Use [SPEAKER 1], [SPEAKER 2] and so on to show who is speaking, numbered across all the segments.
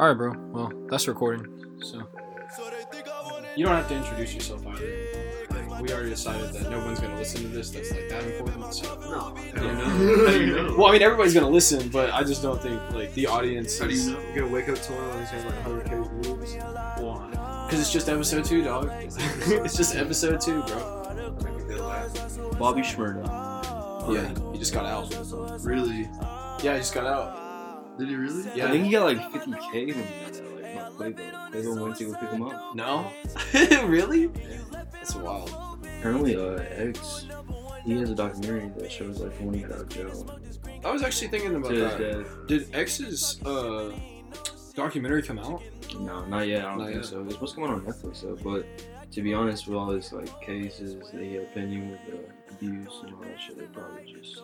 [SPEAKER 1] All right, bro. Well, that's recording. So
[SPEAKER 2] You don't have to introduce yourself either. Like, we already decided that no one's gonna listen to this. That's like that important. So,
[SPEAKER 3] No.
[SPEAKER 2] you know? well, I mean, everybody's gonna listen, but I just don't think like the audience.
[SPEAKER 3] How do
[SPEAKER 2] is-
[SPEAKER 3] you know? You're gonna wake up tomorrow and it's gonna be like 100k views. Why?
[SPEAKER 2] Cause it's just episode two, dog. it's just episode two, bro.
[SPEAKER 3] Like, they'll laugh.
[SPEAKER 4] Bobby Shmurda.
[SPEAKER 2] Yeah, he just got out.
[SPEAKER 4] Really?
[SPEAKER 2] Yeah, he just got out.
[SPEAKER 4] Did he really?
[SPEAKER 2] Yeah.
[SPEAKER 4] Yeah.
[SPEAKER 2] I
[SPEAKER 4] I
[SPEAKER 2] think
[SPEAKER 4] think he got like 50k when he got that. Like, not Playboy. Playboy went to go pick him up.
[SPEAKER 2] No, really? That's wild.
[SPEAKER 4] Apparently, uh, X, he has a documentary that shows like when he got out of jail.
[SPEAKER 2] I was actually thinking
[SPEAKER 4] To
[SPEAKER 2] about
[SPEAKER 4] his
[SPEAKER 2] that.
[SPEAKER 4] death.
[SPEAKER 2] Did X's uh, documentary come out?
[SPEAKER 4] No, not yet. I don't
[SPEAKER 2] Not
[SPEAKER 4] think
[SPEAKER 2] yet.
[SPEAKER 4] so. It's supposed to come out on Netflix though. But to be honest, with all his like cases, the opinion with the abuse and all that shit, they probably just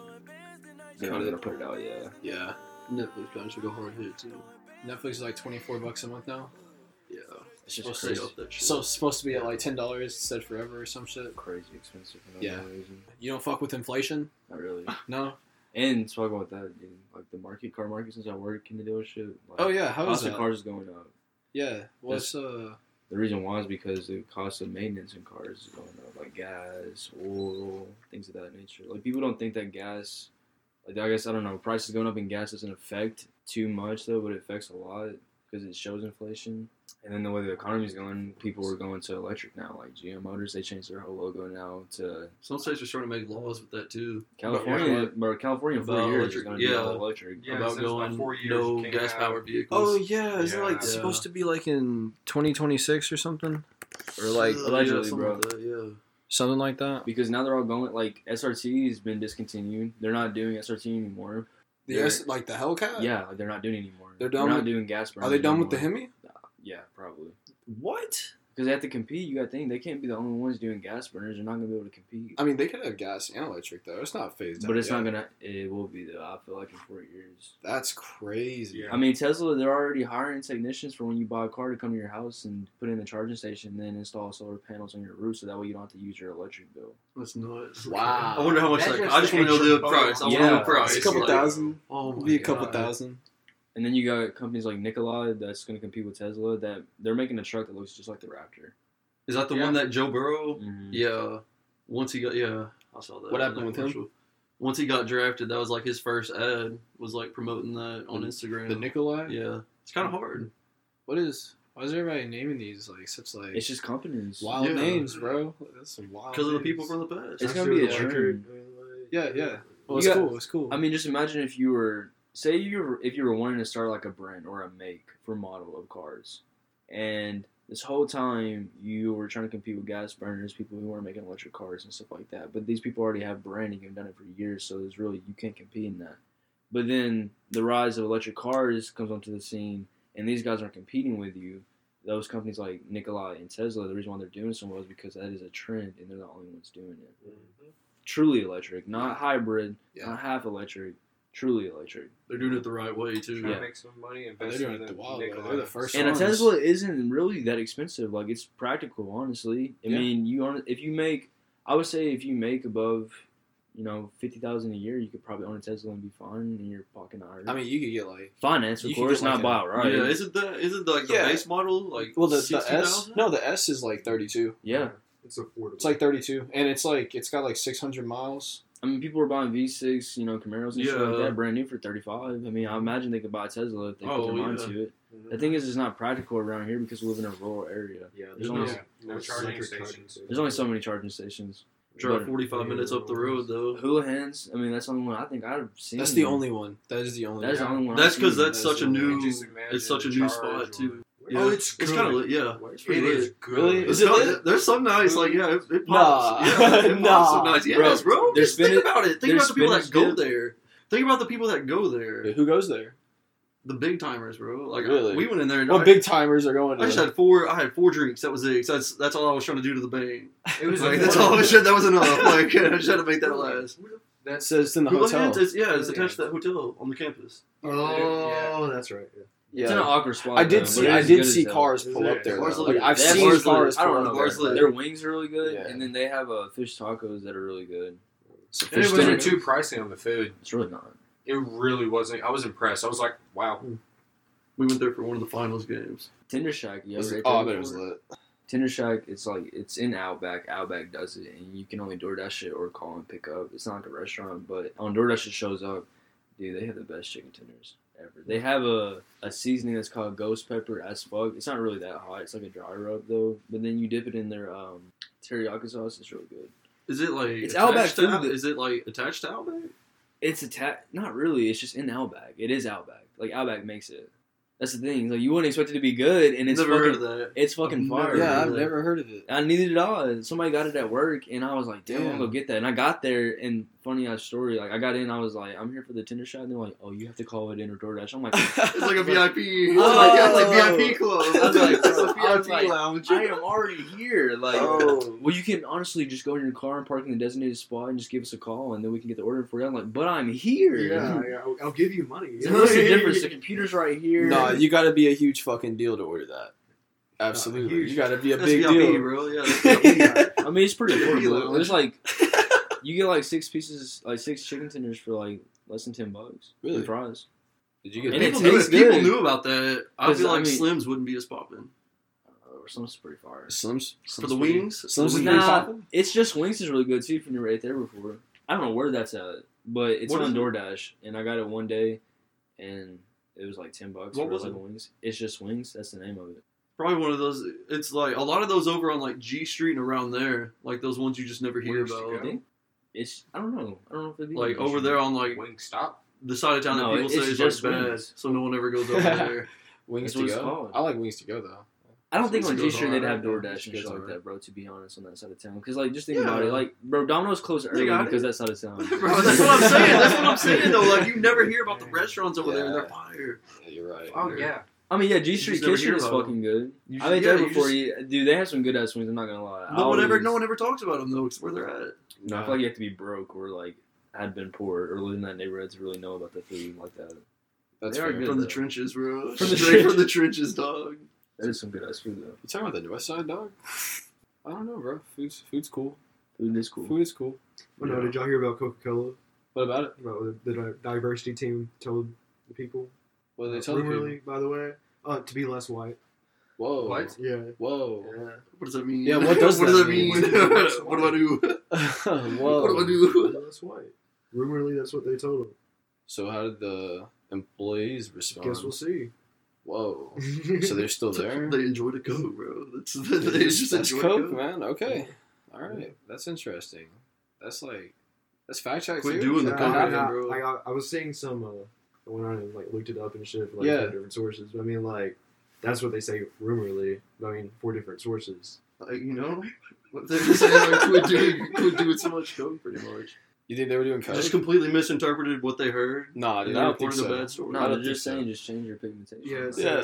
[SPEAKER 4] they're not gonna put it out. Yeah.
[SPEAKER 2] Yeah.
[SPEAKER 3] Netflix probably should go hard hit too.
[SPEAKER 2] Netflix is like twenty four bucks a month now.
[SPEAKER 3] Yeah.
[SPEAKER 2] It's
[SPEAKER 4] just
[SPEAKER 2] supposed
[SPEAKER 3] Straight
[SPEAKER 2] to
[SPEAKER 3] off that shit.
[SPEAKER 2] so it's supposed to be at like ten dollars said forever or some shit.
[SPEAKER 4] Crazy expensive for no
[SPEAKER 2] Yeah.
[SPEAKER 4] reason.
[SPEAKER 2] You don't fuck with inflation?
[SPEAKER 4] Not really.
[SPEAKER 2] No.
[SPEAKER 4] And talking about that, dude, like the market, car market, since I work in the dealership, like,
[SPEAKER 2] Oh yeah, how is
[SPEAKER 4] cost
[SPEAKER 2] that?
[SPEAKER 4] of cars is going up.
[SPEAKER 2] Yeah. What's uh
[SPEAKER 4] The reason why is because the cost of maintenance in cars is going up, like gas, oil, things of that nature. Like people don't think that gas, like I guess I don't know, prices going up in gas doesn't affect too much though, but it affects a lot because it shows inflation. And then the way the economy's going, people are going to electric now. Like GM Motors, they changed their whole logo now to
[SPEAKER 3] Some states are starting to make laws with that too.
[SPEAKER 4] California.
[SPEAKER 3] what?
[SPEAKER 4] But California in four
[SPEAKER 3] About
[SPEAKER 4] years is
[SPEAKER 3] electric-
[SPEAKER 4] going to be all
[SPEAKER 3] yeah.
[SPEAKER 4] electric.
[SPEAKER 3] Yeah,
[SPEAKER 2] About
[SPEAKER 3] about going
[SPEAKER 5] going four years,
[SPEAKER 3] no
[SPEAKER 5] you can't
[SPEAKER 3] gas
[SPEAKER 5] have-
[SPEAKER 3] powered
[SPEAKER 2] Oh
[SPEAKER 3] vehicles.
[SPEAKER 2] yeah, isn't it like
[SPEAKER 5] Yeah.
[SPEAKER 2] supposed to be like in twenty twenty six or something? Or like
[SPEAKER 3] Yeah,
[SPEAKER 4] allegedly,
[SPEAKER 3] something
[SPEAKER 4] bro.
[SPEAKER 3] like that, yeah.
[SPEAKER 2] something like that?
[SPEAKER 4] because now they're all going like SRT has been discontinued. They're not doing SRT anymore.
[SPEAKER 2] The
[SPEAKER 4] They're-
[SPEAKER 2] S- like the Hellcat?
[SPEAKER 4] yeah, like, they're not doing it anymore.
[SPEAKER 2] They're done
[SPEAKER 4] not
[SPEAKER 2] with-
[SPEAKER 4] doing gas burn.
[SPEAKER 2] Are they done with the Hemi?
[SPEAKER 4] Yeah, probably.
[SPEAKER 2] What?
[SPEAKER 4] Because they have to compete. You got to think they can't be the only ones doing gas burners. They're not gonna be able to compete.
[SPEAKER 2] I mean they could have gas and electric though. It's not phased out
[SPEAKER 4] but it's
[SPEAKER 2] yet.
[SPEAKER 4] not gonna. It will be though. I feel like in four years.
[SPEAKER 2] That's crazy.
[SPEAKER 5] Yeah.
[SPEAKER 4] I mean Tesla, they're already hiring technicians for when you buy a car to come to your house and put in the charging station, and then install solar panels on your roof, so that way you don't have to use your electric bill.
[SPEAKER 3] That's nuts.
[SPEAKER 2] Wow.
[SPEAKER 3] I wonder how much
[SPEAKER 5] That's
[SPEAKER 3] that.
[SPEAKER 5] just
[SPEAKER 3] I just
[SPEAKER 5] an
[SPEAKER 3] want to know the
[SPEAKER 5] extra
[SPEAKER 3] price. I want to
[SPEAKER 4] bonus.
[SPEAKER 3] know the
[SPEAKER 4] Yeah.
[SPEAKER 3] price.
[SPEAKER 2] It's a couple
[SPEAKER 3] like,
[SPEAKER 2] thousand.
[SPEAKER 3] Oh my
[SPEAKER 2] It'd be a couple
[SPEAKER 3] God.
[SPEAKER 2] thousand.
[SPEAKER 4] And then you got companies like Nikola that's going to compete with Tesla that they're making a truck that looks just like the Raptor.
[SPEAKER 3] Is that the
[SPEAKER 2] Yeah.
[SPEAKER 3] one that Joe Burrow?
[SPEAKER 4] Mm-hmm.
[SPEAKER 3] Yeah. Once he got yeah, I saw that.
[SPEAKER 2] What
[SPEAKER 3] on
[SPEAKER 2] happened
[SPEAKER 3] that
[SPEAKER 2] with him?
[SPEAKER 3] commercial. Once he got drafted, that was like his first ad was like promoting that on
[SPEAKER 2] The-
[SPEAKER 3] Instagram.
[SPEAKER 2] The Nikolai?
[SPEAKER 3] yeah, it's kind of hard.
[SPEAKER 2] What is why is everybody naming these like such like
[SPEAKER 4] It's just companies.
[SPEAKER 2] wild
[SPEAKER 3] Yeah.
[SPEAKER 2] names, bro? That's some wild
[SPEAKER 3] Because of the
[SPEAKER 2] names.
[SPEAKER 3] people from the past.
[SPEAKER 4] It's gonna be a
[SPEAKER 5] Electric,
[SPEAKER 4] trend.
[SPEAKER 5] really.
[SPEAKER 2] Yeah, yeah. Well,
[SPEAKER 4] You
[SPEAKER 2] it's
[SPEAKER 4] got-
[SPEAKER 2] cool. It's cool.
[SPEAKER 4] I mean, just imagine if you were, say, you were, if you were wanting to start like a brand or a make for model of cars, and this whole time you were trying to compete with gas burners, people who weren't making electric cars and stuff like that. But these people already have branding and done it for years, so there's really you can't compete in that. But then the rise of electric cars comes onto the scene, and these guys aren't competing with you. Those companies like Nikola and Tesla, the reason why they're doing so well is because that is a trend, and they're the only ones doing it truly electric, not hybrid,
[SPEAKER 2] Yeah.
[SPEAKER 4] not half electric, truly electric.
[SPEAKER 3] They're doing it the right way too.
[SPEAKER 5] Trying
[SPEAKER 4] Yeah.
[SPEAKER 5] to make some money
[SPEAKER 2] they're
[SPEAKER 5] investing
[SPEAKER 2] doing it
[SPEAKER 5] in
[SPEAKER 2] the wild.
[SPEAKER 5] Nikolai.
[SPEAKER 2] Way. They're the first.
[SPEAKER 4] and a
[SPEAKER 2] ones.
[SPEAKER 4] Tesla isn't really that expensive. Like it's practical, honestly. I
[SPEAKER 2] Yeah.
[SPEAKER 4] mean, you own if you make, I would say if you make above, you know, fifty thousand a year, you could probably own a Tesla and be fine, and you're pocket not hurt.
[SPEAKER 2] I mean, you could get like
[SPEAKER 4] finance, of
[SPEAKER 2] you could
[SPEAKER 4] course,
[SPEAKER 2] get like
[SPEAKER 4] not
[SPEAKER 2] a-
[SPEAKER 4] buy outright.
[SPEAKER 3] Yeah,
[SPEAKER 4] Yeah,
[SPEAKER 3] isn't that isn't like the
[SPEAKER 2] Yeah.
[SPEAKER 3] base model like
[SPEAKER 2] well the, the S.
[SPEAKER 3] 60,000?
[SPEAKER 2] No, the S is like thirty two.
[SPEAKER 5] It's affordable.
[SPEAKER 2] It's like thirty two, and it's like it's got like six hundred miles.
[SPEAKER 4] I mean, people are buying V6, you know, Camaros and shit like
[SPEAKER 3] Yeah.
[SPEAKER 4] that, brand new for thirty-five. I mean,
[SPEAKER 2] Mm-hmm.
[SPEAKER 4] I imagine they could buy a Tesla if they
[SPEAKER 3] Oh,
[SPEAKER 4] put their mind
[SPEAKER 3] yeah.
[SPEAKER 4] to it.
[SPEAKER 5] Mm-hmm.
[SPEAKER 4] The thing is, it's not practical around here because we live in a rural area.
[SPEAKER 5] yeah,
[SPEAKER 4] there's
[SPEAKER 5] no,
[SPEAKER 4] only-
[SPEAKER 5] no charging stations.
[SPEAKER 4] There's only so many charging stations.
[SPEAKER 3] drive forty five minutes up the road though.
[SPEAKER 4] Hula Hands. I mean, that's the only one I think I've seen.
[SPEAKER 2] That's the only one. That is the only.
[SPEAKER 4] That's the
[SPEAKER 2] one.
[SPEAKER 4] only one.
[SPEAKER 3] That's
[SPEAKER 4] I've
[SPEAKER 3] because
[SPEAKER 4] seen.
[SPEAKER 3] that's such a new.
[SPEAKER 5] Just imagine
[SPEAKER 3] It's such a
[SPEAKER 5] the
[SPEAKER 3] new
[SPEAKER 5] charge
[SPEAKER 3] spot
[SPEAKER 5] on-
[SPEAKER 3] too.
[SPEAKER 5] Yeah.
[SPEAKER 3] Yeah, it's kind of yeah.
[SPEAKER 5] It's
[SPEAKER 3] pretty
[SPEAKER 5] pretty
[SPEAKER 3] lit.
[SPEAKER 5] good.
[SPEAKER 2] Really?
[SPEAKER 3] It's
[SPEAKER 2] Is it
[SPEAKER 3] not-
[SPEAKER 2] lit?
[SPEAKER 3] There's some nights like yeah, it, it
[SPEAKER 2] Nah.
[SPEAKER 3] pops. Yeah, it pops some
[SPEAKER 2] Nah.
[SPEAKER 3] nights.
[SPEAKER 4] Bro,
[SPEAKER 3] Yes, bro.
[SPEAKER 4] they're
[SPEAKER 3] Just think
[SPEAKER 4] spinning-
[SPEAKER 3] about it. Think
[SPEAKER 4] they're
[SPEAKER 3] about the people that
[SPEAKER 4] spinning
[SPEAKER 3] go
[SPEAKER 4] dip.
[SPEAKER 3] there. Think about the people that go there.
[SPEAKER 2] Who goes there?
[SPEAKER 3] The big timers, bro. Like I-
[SPEAKER 2] Really?
[SPEAKER 3] we went in there. And
[SPEAKER 2] Well,
[SPEAKER 3] I,
[SPEAKER 2] big timers are going.
[SPEAKER 3] I just
[SPEAKER 2] To,
[SPEAKER 3] had four. I had four drinks. That was it. 'Cause That's that's all I was trying to do to the bank.
[SPEAKER 5] It was
[SPEAKER 3] Like
[SPEAKER 5] a-
[SPEAKER 3] that's all I was. That was enough. Like I just had to make that last.
[SPEAKER 5] Who the
[SPEAKER 2] It
[SPEAKER 5] That's
[SPEAKER 2] says it's in the hotel.
[SPEAKER 3] Hooligans is yeah, it's attached to that hotel on the campus.
[SPEAKER 5] oh, that's right. Yeah.
[SPEAKER 4] It's in an awkward spot.
[SPEAKER 2] I did
[SPEAKER 4] though,
[SPEAKER 2] see
[SPEAKER 4] but it
[SPEAKER 2] I
[SPEAKER 4] is
[SPEAKER 2] did
[SPEAKER 4] good
[SPEAKER 2] see
[SPEAKER 4] as hell.
[SPEAKER 2] cars pull up there.
[SPEAKER 3] Cars
[SPEAKER 2] though.
[SPEAKER 3] look
[SPEAKER 2] Like,
[SPEAKER 3] like
[SPEAKER 2] I've
[SPEAKER 3] that.
[SPEAKER 2] seen
[SPEAKER 3] Cars look-
[SPEAKER 2] cars
[SPEAKER 3] I don't
[SPEAKER 2] pull
[SPEAKER 3] know,
[SPEAKER 2] up
[SPEAKER 3] cars
[SPEAKER 2] there.
[SPEAKER 3] look-
[SPEAKER 2] but-
[SPEAKER 4] Their wings are really good,
[SPEAKER 2] Yeah.
[SPEAKER 4] and then they have uh, fish tacos that are really good.
[SPEAKER 2] So
[SPEAKER 5] And it
[SPEAKER 2] fish
[SPEAKER 5] wasn't
[SPEAKER 2] dinners.
[SPEAKER 5] too pricey on the food.
[SPEAKER 4] It's really not.
[SPEAKER 5] It really wasn't. I was impressed. I was like, wow.
[SPEAKER 3] We went there for one of the finals games.
[SPEAKER 4] Tender Shack, you
[SPEAKER 2] Was
[SPEAKER 4] ever
[SPEAKER 2] it-
[SPEAKER 4] ate
[SPEAKER 2] Oh, I
[SPEAKER 4] there
[SPEAKER 2] bet it was
[SPEAKER 4] before?
[SPEAKER 2] lit.
[SPEAKER 4] Tender Shack, it's like it's in Outback. Outback does it, and you can only DoorDash it or call and pick up. It's not like a restaurant, but on DoorDash it shows up. Dude, they have the best chicken tenders ever. They have a, a seasoning that's called ghost pepper as fuck. It's not really that hot. It's like a dry rub though. But then you dip it in their um, teriyaki sauce. It's really good.
[SPEAKER 3] Is it like
[SPEAKER 4] It's
[SPEAKER 3] attached
[SPEAKER 4] Outback
[SPEAKER 3] to
[SPEAKER 4] food
[SPEAKER 3] Out-
[SPEAKER 4] that-
[SPEAKER 3] Is it like attached to Outback?
[SPEAKER 4] It's atta- Not really. It's just in Outback. It is Outback. Like Outback makes it. That's the thing. Like you wouldn't expect it to be good, and it's
[SPEAKER 3] Never heard of
[SPEAKER 4] fucking.
[SPEAKER 3] that.
[SPEAKER 4] It's fucking
[SPEAKER 3] I've
[SPEAKER 4] fire.
[SPEAKER 3] never heard of
[SPEAKER 4] dude.
[SPEAKER 2] Yeah, I've
[SPEAKER 3] that.
[SPEAKER 2] never heard of it.
[SPEAKER 4] I needed it all. Somebody got it at work, and I was like, "Damn, I'm
[SPEAKER 2] Damn.
[SPEAKER 4] gonna go get that." And I got there, and funny ass story, like I got in, I was like, "I'm here for the tender shot," and they're like, "Oh, you have to call it in or DoorDash." I'm like,
[SPEAKER 3] It's like a
[SPEAKER 4] Like-
[SPEAKER 3] VIP. It's
[SPEAKER 4] Oh.
[SPEAKER 3] like, yeah, it's like VIP club.
[SPEAKER 4] I was like,
[SPEAKER 3] It's a
[SPEAKER 4] I was
[SPEAKER 3] VIP
[SPEAKER 4] like,
[SPEAKER 3] lounge.
[SPEAKER 4] "I am already here." Like,
[SPEAKER 2] Oh.
[SPEAKER 4] well, you can honestly just go in your car and park in the designated spot and just give us a call, and then we can get the order for you. I'm like, "But I'm here."
[SPEAKER 5] Yeah, yeah, I'll, I'll give you money.
[SPEAKER 4] So what's the difference? The computer's right here.
[SPEAKER 2] No, you got to be a huge fucking deal to order that. Absolutely,
[SPEAKER 5] huge.
[SPEAKER 2] you got to be a
[SPEAKER 3] That's
[SPEAKER 2] big
[SPEAKER 3] VIP,
[SPEAKER 2] deal.
[SPEAKER 3] bro. Yeah. that's
[SPEAKER 5] Yeah,
[SPEAKER 3] VIP.
[SPEAKER 5] we are.
[SPEAKER 4] I mean, it's pretty affordable.
[SPEAKER 3] Lounge.
[SPEAKER 4] There's like you get like six pieces, like six chicken tenders for like less than ten bucks. and
[SPEAKER 2] Really?
[SPEAKER 4] fries.
[SPEAKER 2] Did you get
[SPEAKER 4] And it
[SPEAKER 3] people, knew,
[SPEAKER 4] tastes
[SPEAKER 3] it- people
[SPEAKER 4] good.
[SPEAKER 3] knew about that. I
[SPEAKER 4] 'Cause,
[SPEAKER 3] feel
[SPEAKER 4] I
[SPEAKER 3] like
[SPEAKER 4] mean-
[SPEAKER 3] Slim's wouldn't be as popping
[SPEAKER 4] Uh, Or something's pretty fire.
[SPEAKER 2] Slims?
[SPEAKER 3] for the wings.
[SPEAKER 2] Slim's is
[SPEAKER 3] the
[SPEAKER 4] Nah,
[SPEAKER 2] pretty
[SPEAKER 3] wings.
[SPEAKER 2] popping.
[SPEAKER 4] It's just wings is really good too. If you never ate there before, I don't know where that's at, but it's
[SPEAKER 3] What is
[SPEAKER 4] on
[SPEAKER 3] it?
[SPEAKER 4] DoorDash, and I got it one day, and it was like ten bucks
[SPEAKER 3] What
[SPEAKER 4] for
[SPEAKER 3] was
[SPEAKER 4] eleven
[SPEAKER 3] it?
[SPEAKER 4] wings. It's just wings. That's the name of it.
[SPEAKER 3] Probably one of those. It's like a lot of those over on like G Street and around there, like those ones you just never hear
[SPEAKER 5] Wings to
[SPEAKER 3] about.
[SPEAKER 5] go.
[SPEAKER 4] think It's I don't know. I don't know if it'd be
[SPEAKER 3] Like over there on like
[SPEAKER 5] Wing stop.
[SPEAKER 3] the side of town
[SPEAKER 4] No,
[SPEAKER 3] that people
[SPEAKER 4] it's
[SPEAKER 3] say is
[SPEAKER 4] just
[SPEAKER 3] like bad,
[SPEAKER 4] wings.
[SPEAKER 3] so no one ever goes over there.
[SPEAKER 2] Wings
[SPEAKER 4] That's
[SPEAKER 2] to
[SPEAKER 4] what it's
[SPEAKER 2] go.
[SPEAKER 4] called.
[SPEAKER 2] I like wings to go though.
[SPEAKER 4] I don't think
[SPEAKER 3] It's
[SPEAKER 4] on G
[SPEAKER 3] goes
[SPEAKER 4] Street they'd
[SPEAKER 3] alright.
[SPEAKER 4] have DoorDash and
[SPEAKER 2] Goes
[SPEAKER 4] shit like
[SPEAKER 2] alright.
[SPEAKER 4] that, bro. To be honest, on that side of town, because like just think
[SPEAKER 3] Yeah.
[SPEAKER 4] about it, like bro, Domino's closed early
[SPEAKER 3] got
[SPEAKER 4] because that's side of town.
[SPEAKER 3] Bro, that's what I'm saying. That's what I'm saying though. Like you never hear about the restaurants over there, and
[SPEAKER 2] Yeah.
[SPEAKER 3] they're fire.
[SPEAKER 2] Yeah, you're right.
[SPEAKER 5] Oh yeah.
[SPEAKER 4] I mean, yeah, G
[SPEAKER 3] just
[SPEAKER 4] Street
[SPEAKER 3] never
[SPEAKER 4] Kitchen
[SPEAKER 3] hear
[SPEAKER 4] is
[SPEAKER 3] about it.
[SPEAKER 4] fucking good.
[SPEAKER 3] You
[SPEAKER 4] I
[SPEAKER 3] should-
[SPEAKER 4] ate
[SPEAKER 3] yeah,
[SPEAKER 4] there
[SPEAKER 3] you
[SPEAKER 4] before.
[SPEAKER 3] just-
[SPEAKER 4] You, dude, they have some good ass wings. I'm not gonna lie. I
[SPEAKER 3] No one ever,
[SPEAKER 4] always-
[SPEAKER 3] no one ever talks about them though, 'cause where they're at.
[SPEAKER 4] I feel like you have to be broke or like had been poor or lived in that neighborhood to really know about the food like that.
[SPEAKER 2] that's
[SPEAKER 4] they are
[SPEAKER 2] fair.
[SPEAKER 4] good.
[SPEAKER 2] You
[SPEAKER 3] From the
[SPEAKER 4] though.
[SPEAKER 3] trenches, bro.
[SPEAKER 4] From the
[SPEAKER 3] Straight
[SPEAKER 4] trenches.
[SPEAKER 3] from the trenches, dog.
[SPEAKER 4] That is some good ass food though.
[SPEAKER 2] talking about the North Side dog? I don't know, bro. Food's food's cool.
[SPEAKER 4] Food is cool.
[SPEAKER 2] Food is cool.
[SPEAKER 5] Oh, no, did y'all hear about Coca Cola?
[SPEAKER 2] What about it?
[SPEAKER 5] About the, the di- diversity team told the people.
[SPEAKER 2] What do they
[SPEAKER 5] uh,
[SPEAKER 2] tell you?
[SPEAKER 5] Rumorly, by the way, uh, to be less white.
[SPEAKER 2] Whoa.
[SPEAKER 3] What?
[SPEAKER 5] Yeah.
[SPEAKER 2] Whoa.
[SPEAKER 5] yeah.
[SPEAKER 3] What does that mean?
[SPEAKER 2] Yeah, what does
[SPEAKER 3] what
[SPEAKER 2] that
[SPEAKER 3] does that
[SPEAKER 2] mean?
[SPEAKER 3] mean? what do I do?
[SPEAKER 2] Whoa.
[SPEAKER 3] What do I do?
[SPEAKER 5] Be less white. Rumorly, that's what they told them.
[SPEAKER 2] So how did the employees respond?
[SPEAKER 5] Guess we'll see.
[SPEAKER 2] Whoa. So they're still there?
[SPEAKER 3] They enjoy the coke, bro. That's, they just
[SPEAKER 2] that's
[SPEAKER 3] enjoy
[SPEAKER 2] coke,
[SPEAKER 3] coke.
[SPEAKER 2] man. Okay. All right. That's interesting. That's like that's fact check.
[SPEAKER 3] Quit
[SPEAKER 2] too?
[SPEAKER 3] doing the
[SPEAKER 5] Yeah,
[SPEAKER 3] coke,
[SPEAKER 5] I,
[SPEAKER 2] Yeah.
[SPEAKER 5] I,
[SPEAKER 3] bro.
[SPEAKER 5] like, I, I was seeing some. Uh, I went on and like looked it up and shit. For, like,
[SPEAKER 2] Yeah.
[SPEAKER 5] four different sources. But, I mean, like that's what they say rumorly. but, I mean, four different sources.
[SPEAKER 3] Like, you know, they're just saying like quit doing, quit doing so much coke, pretty much.
[SPEAKER 2] You think they were doing coke?
[SPEAKER 3] Just completely misinterpreted what they heard.
[SPEAKER 2] nah,
[SPEAKER 3] And
[SPEAKER 2] dude.
[SPEAKER 3] they
[SPEAKER 2] I don't think
[SPEAKER 3] reported a
[SPEAKER 2] so.
[SPEAKER 3] bad story.
[SPEAKER 4] No,
[SPEAKER 2] I
[SPEAKER 4] they're
[SPEAKER 2] don't
[SPEAKER 4] just
[SPEAKER 2] think so.
[SPEAKER 4] saying just change your pigmentation.
[SPEAKER 5] Yeah, it's-
[SPEAKER 2] Yeah.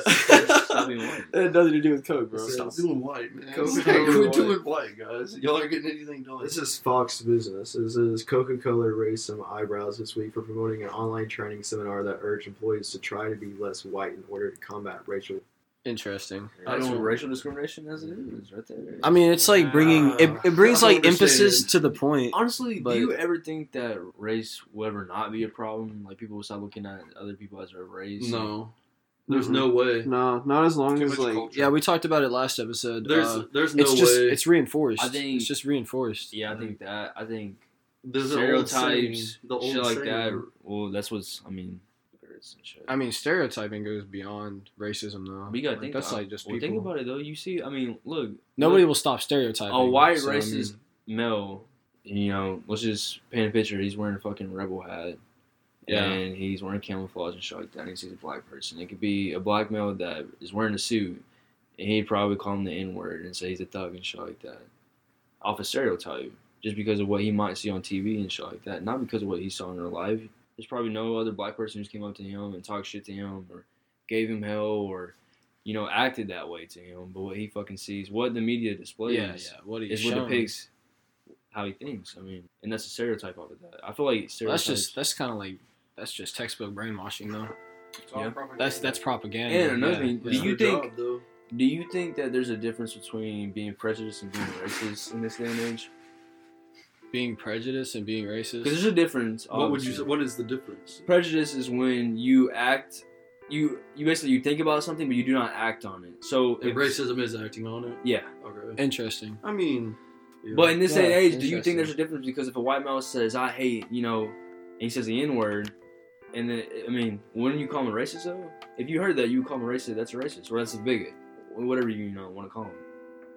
[SPEAKER 4] Stop being white.
[SPEAKER 2] It had nothing to do with coke, bro.
[SPEAKER 5] It's
[SPEAKER 3] Stop
[SPEAKER 5] says-
[SPEAKER 3] doing white, man.
[SPEAKER 5] Coke-
[SPEAKER 3] Stop
[SPEAKER 5] Coke-
[SPEAKER 3] doing
[SPEAKER 2] Coke-
[SPEAKER 3] doing white, guys. Y'all aren't getting anything done.
[SPEAKER 5] This is Fox Business. This is Coca Cola raised some eyebrows this week for promoting an online training seminar that urged employees to try to be less white in order to combat racial.
[SPEAKER 2] Interesting.
[SPEAKER 4] I
[SPEAKER 3] I
[SPEAKER 4] don't
[SPEAKER 3] don't-
[SPEAKER 4] racial discrimination as it is right there.
[SPEAKER 2] I mean, it's like bringing it, it brings
[SPEAKER 3] I
[SPEAKER 2] like
[SPEAKER 3] don't
[SPEAKER 2] emphasis
[SPEAKER 3] understand.
[SPEAKER 2] to the point.
[SPEAKER 4] honestly,
[SPEAKER 2] but-
[SPEAKER 4] do you ever think that race will ever not be a problem? Like people will stop looking at other people as their race.
[SPEAKER 3] no. Mm-hmm. There's
[SPEAKER 2] Mhm.
[SPEAKER 3] no way.
[SPEAKER 2] No, not as long
[SPEAKER 5] Too
[SPEAKER 2] as
[SPEAKER 5] much
[SPEAKER 2] like
[SPEAKER 5] culture.
[SPEAKER 2] yeah, we talked about it last episode.
[SPEAKER 3] There's
[SPEAKER 2] uh,
[SPEAKER 3] there's no
[SPEAKER 2] it's just
[SPEAKER 3] way.
[SPEAKER 2] it's reinforced.
[SPEAKER 4] I think-
[SPEAKER 2] it's just reinforced.
[SPEAKER 4] Yeah, I think that. I think
[SPEAKER 3] there's an old
[SPEAKER 4] stereotypes,
[SPEAKER 3] saying, the old
[SPEAKER 4] shit like
[SPEAKER 3] saying.
[SPEAKER 4] that. Well, that's what's. I mean, it's and shit.
[SPEAKER 2] I mean, stereotyping goes beyond racism though.
[SPEAKER 4] We gotta
[SPEAKER 2] Like,
[SPEAKER 4] think
[SPEAKER 2] that's
[SPEAKER 4] about-
[SPEAKER 2] like just
[SPEAKER 4] well,
[SPEAKER 2] people.
[SPEAKER 4] think about it though. You see, I mean, look,
[SPEAKER 2] Nobody
[SPEAKER 4] look,
[SPEAKER 2] will stop stereotyping.
[SPEAKER 4] a Oh, white
[SPEAKER 2] so, I mean,
[SPEAKER 4] racist male. You know, let's just paint a picture. He's wearing a fucking rebel hat,
[SPEAKER 2] Yeah.
[SPEAKER 4] and he's wearing camouflage and shit like that. And he sees a black person. It could be a black male that is wearing a suit, and he'd probably call him the N word and say he's a thug and shit like that, off a stereotype, just because of what he might see on TV and shit like that, not because of what he saw in real life. There's probably no other black person who's came up to him and talked shit to him or gave him hell or you know acted that way to him. But what he fucking sees, what the media displays,
[SPEAKER 2] yeah, yeah. What do you
[SPEAKER 4] is what
[SPEAKER 2] shown?
[SPEAKER 4] depicts how he thinks. I mean, and that's a stereotype of it. I feel like
[SPEAKER 1] Well, that's
[SPEAKER 4] stereotypes.
[SPEAKER 1] just that's kind of like that's just textbook brainwashing though.
[SPEAKER 4] Yeah.
[SPEAKER 1] That's that's propaganda.
[SPEAKER 4] And another
[SPEAKER 1] yeah,
[SPEAKER 4] thing, do
[SPEAKER 1] yeah.
[SPEAKER 4] you
[SPEAKER 5] Their
[SPEAKER 4] think-
[SPEAKER 5] job, though.
[SPEAKER 4] Do you think that there's a difference between being prejudiced and being racist in this day and age?
[SPEAKER 1] being prejudiced and being
[SPEAKER 4] Because
[SPEAKER 1] racist.
[SPEAKER 4] there's a difference.
[SPEAKER 3] What would you say?
[SPEAKER 4] obviously.
[SPEAKER 3] What is the difference?
[SPEAKER 4] prejudice is when you act you you basically you think about something but you do not act on it so
[SPEAKER 3] And
[SPEAKER 4] if-
[SPEAKER 3] racism is acting on it.
[SPEAKER 4] yeah
[SPEAKER 3] Okay.
[SPEAKER 1] Interesting.
[SPEAKER 3] I mean, yeah.
[SPEAKER 4] but in this day and
[SPEAKER 1] Yeah,
[SPEAKER 4] age do you
[SPEAKER 1] interesting.
[SPEAKER 4] think there's a difference because if a white male says i hate you know and he says the n-word and then i mean wouldn't you call him a racist though if you heard that you would call him a racist that's a racist or that's a bigot or whatever you, you know want to call him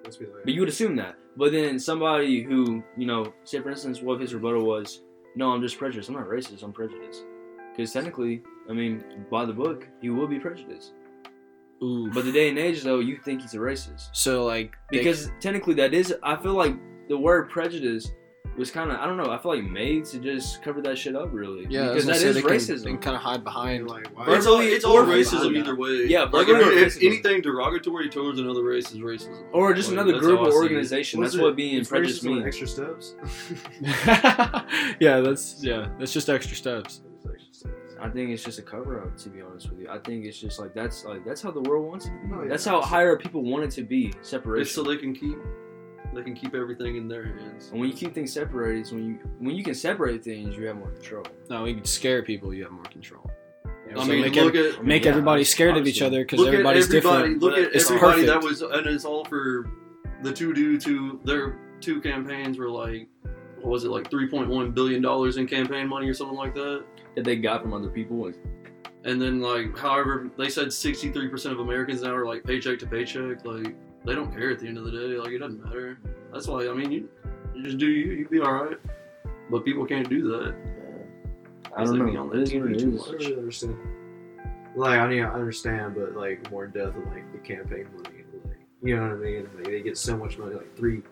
[SPEAKER 5] Let's be like,
[SPEAKER 4] But you would assume that. But then somebody who, you know, say for instance, what if his rebuttal was, no, I'm just prejudiced. I'm not racist. I'm prejudiced. Because technically, I mean, by the book, he will be prejudiced.
[SPEAKER 1] Ooh.
[SPEAKER 4] But the day and age, though, you think he's a racist.
[SPEAKER 1] so like they-
[SPEAKER 4] Because technically, that is, I feel like the word prejudice was kind of, I don't know, I feel like made to just cover that shit up, really.
[SPEAKER 1] yeah,
[SPEAKER 4] because that
[SPEAKER 1] that is
[SPEAKER 4] is racism.
[SPEAKER 1] Can, kind of hide
[SPEAKER 5] you're
[SPEAKER 1] behind.
[SPEAKER 5] like, why-
[SPEAKER 3] it's all, it's all
[SPEAKER 5] Or-
[SPEAKER 3] racism either way.
[SPEAKER 4] Yeah,
[SPEAKER 3] like,
[SPEAKER 4] burglary or
[SPEAKER 3] if, if
[SPEAKER 4] racism.
[SPEAKER 3] anything derogatory towards another race is racism.
[SPEAKER 4] or just
[SPEAKER 3] Like,
[SPEAKER 4] another
[SPEAKER 3] that's
[SPEAKER 4] group
[SPEAKER 3] how I
[SPEAKER 4] or
[SPEAKER 3] see it.
[SPEAKER 4] organization.
[SPEAKER 5] Was
[SPEAKER 4] That's
[SPEAKER 5] it-
[SPEAKER 4] what being
[SPEAKER 5] is
[SPEAKER 4] prejudiced
[SPEAKER 5] racism
[SPEAKER 4] means.
[SPEAKER 5] Extra steps.
[SPEAKER 1] yeah, that's yeah, that's just extra steps.
[SPEAKER 4] I think it's just a cover up, to be honest with you. I think it's just like that's like that's how the world wants it to be.
[SPEAKER 5] Oh, yeah.
[SPEAKER 4] That's how higher people want it to be.
[SPEAKER 3] It's so
[SPEAKER 4] Separation.
[SPEAKER 3] they can keep they can keep everything in their hands.
[SPEAKER 4] and when you keep things separated, it's when you when you can separate things, you have more control.
[SPEAKER 1] No, you can scare people. You have more control.
[SPEAKER 3] I
[SPEAKER 1] So
[SPEAKER 3] mean,
[SPEAKER 1] make
[SPEAKER 3] look
[SPEAKER 1] ev-
[SPEAKER 3] at
[SPEAKER 1] Make
[SPEAKER 4] yeah,
[SPEAKER 1] everybody scared of each
[SPEAKER 4] obviously.
[SPEAKER 1] other because
[SPEAKER 3] look at
[SPEAKER 1] everybody's
[SPEAKER 3] everybody.
[SPEAKER 1] different.
[SPEAKER 3] Look at
[SPEAKER 1] It's
[SPEAKER 3] everybody that
[SPEAKER 1] perfect.
[SPEAKER 3] was, and it's all for the two dudes who their two campaigns were like, what was it like three point one billion dollars in campaign money or something like that?
[SPEAKER 4] that they got from other people. Is,
[SPEAKER 3] And then like, however, they said sixty three percent of Americans now are like paycheck to paycheck. Like they don't care at the end of the day. Like it doesn't matter. That's why I mean, you, you just do you. You'd be all right. But people can't do that.
[SPEAKER 4] I don't
[SPEAKER 3] It's like
[SPEAKER 4] know.
[SPEAKER 3] we don't
[SPEAKER 4] It is
[SPEAKER 3] do
[SPEAKER 4] what it
[SPEAKER 3] it too
[SPEAKER 4] is.
[SPEAKER 5] I don't really understand. Like, I mean, I understand, but like more in depth, of, like the campaign money, like you know what I mean? Like they get so much money, like three,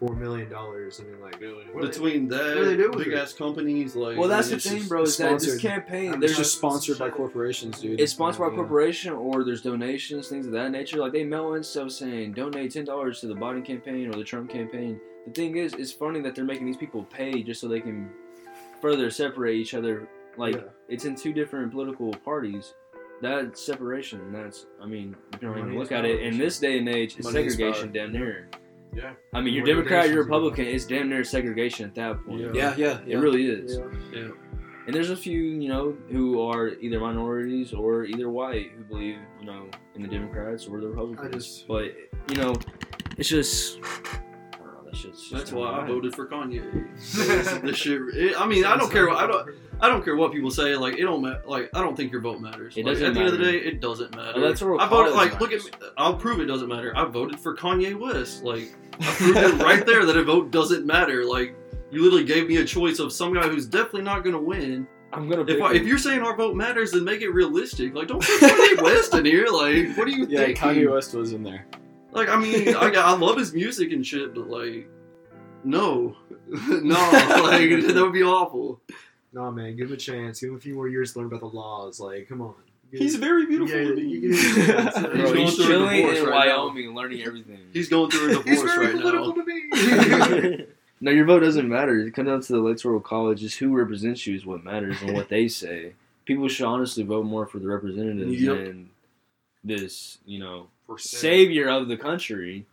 [SPEAKER 5] four million dollars. I mean, like what are they-
[SPEAKER 3] Between that,
[SPEAKER 5] what do they do with
[SPEAKER 3] big ass companies like.
[SPEAKER 4] Well, that's the
[SPEAKER 3] I mean, it's
[SPEAKER 4] thing,
[SPEAKER 3] just-
[SPEAKER 4] bro. Is that this
[SPEAKER 1] sponsored.
[SPEAKER 4] campaign?
[SPEAKER 1] It's
[SPEAKER 4] There's
[SPEAKER 1] just sponsored by corporations, dude.
[SPEAKER 4] it's sponsored by
[SPEAKER 1] Yeah.
[SPEAKER 4] corporation or there's donations, things of that nature. Like they mail in stuff saying donate ten dollars to the Biden campaign or the Trump campaign. The thing is, it's funny that they're making these people pay just so they can further separate each other. Like
[SPEAKER 5] Yeah.
[SPEAKER 4] it's in two different political parties. That separation, that's I mean, you don't even
[SPEAKER 5] Money
[SPEAKER 4] look
[SPEAKER 5] is
[SPEAKER 4] at it in
[SPEAKER 5] power.
[SPEAKER 4] this day and age, it's
[SPEAKER 3] Money is
[SPEAKER 4] segregation damn near.
[SPEAKER 3] Yeah.
[SPEAKER 4] I mean, you're
[SPEAKER 5] Money
[SPEAKER 4] Democrat, you're
[SPEAKER 5] is power.
[SPEAKER 4] Republican, it's damn near segregation at that point.
[SPEAKER 3] Yeah.
[SPEAKER 1] Yeah, yeah,
[SPEAKER 4] It really is.
[SPEAKER 5] Yeah.
[SPEAKER 4] And there's a few, you know, who are either minorities or either white who believe, you know, in the Democrats or the
[SPEAKER 5] I
[SPEAKER 4] Republicans.
[SPEAKER 5] just
[SPEAKER 4] But you know, it's just. I don't know, that shit's just
[SPEAKER 3] That's why I voted for Kanye.
[SPEAKER 5] I
[SPEAKER 3] this shit. It, I mean, I don't care. What, I don't. I don't care what people say. Like it don't. Ma- like I don't think your vote matters.
[SPEAKER 4] It
[SPEAKER 3] Like,
[SPEAKER 4] doesn't
[SPEAKER 3] At the end of the
[SPEAKER 4] matter.
[SPEAKER 3] day, it doesn't matter.
[SPEAKER 4] Electoral
[SPEAKER 3] I voted.
[SPEAKER 4] college
[SPEAKER 3] Like look at.
[SPEAKER 4] matters.
[SPEAKER 3] me- I'll prove it doesn't matter. I voted for Kanye West. Like I proved it right there that a vote doesn't matter. Like you literally gave me a choice of some guy who's definitely not going to win.
[SPEAKER 4] I'm gonna.
[SPEAKER 3] If
[SPEAKER 4] pick
[SPEAKER 3] I, if
[SPEAKER 4] him.
[SPEAKER 3] you're saying our vote matters, then make it realistic. Like don't put Kanye West in here. Like what do you
[SPEAKER 1] Yeah,
[SPEAKER 3] think?
[SPEAKER 1] Kanye West was in there.
[SPEAKER 3] Like, I mean, I, I love his music and shit, but like, no, no, like that would be awful.
[SPEAKER 5] nah, man, give him a chance. Give him a few more years to learn about the laws. Like, come on. Give-
[SPEAKER 1] He's very beautiful.
[SPEAKER 5] Yeah,
[SPEAKER 1] to me.
[SPEAKER 5] you can-
[SPEAKER 4] Bro,
[SPEAKER 3] he's going
[SPEAKER 4] he's,
[SPEAKER 3] through a
[SPEAKER 4] chilling
[SPEAKER 3] divorce
[SPEAKER 4] in
[SPEAKER 3] right now.
[SPEAKER 4] Wyoming, learning everything.
[SPEAKER 3] He's going through a
[SPEAKER 5] He's
[SPEAKER 3] divorce
[SPEAKER 5] very
[SPEAKER 3] right
[SPEAKER 5] political
[SPEAKER 3] now.
[SPEAKER 5] to me.
[SPEAKER 4] no, your vote doesn't matter. It comes down to the electoral college. It's who represents you is what matters and what they say. People should honestly vote more for the representatives
[SPEAKER 3] Yep.
[SPEAKER 4] than this, you know,
[SPEAKER 2] For sale.
[SPEAKER 4] savior of the country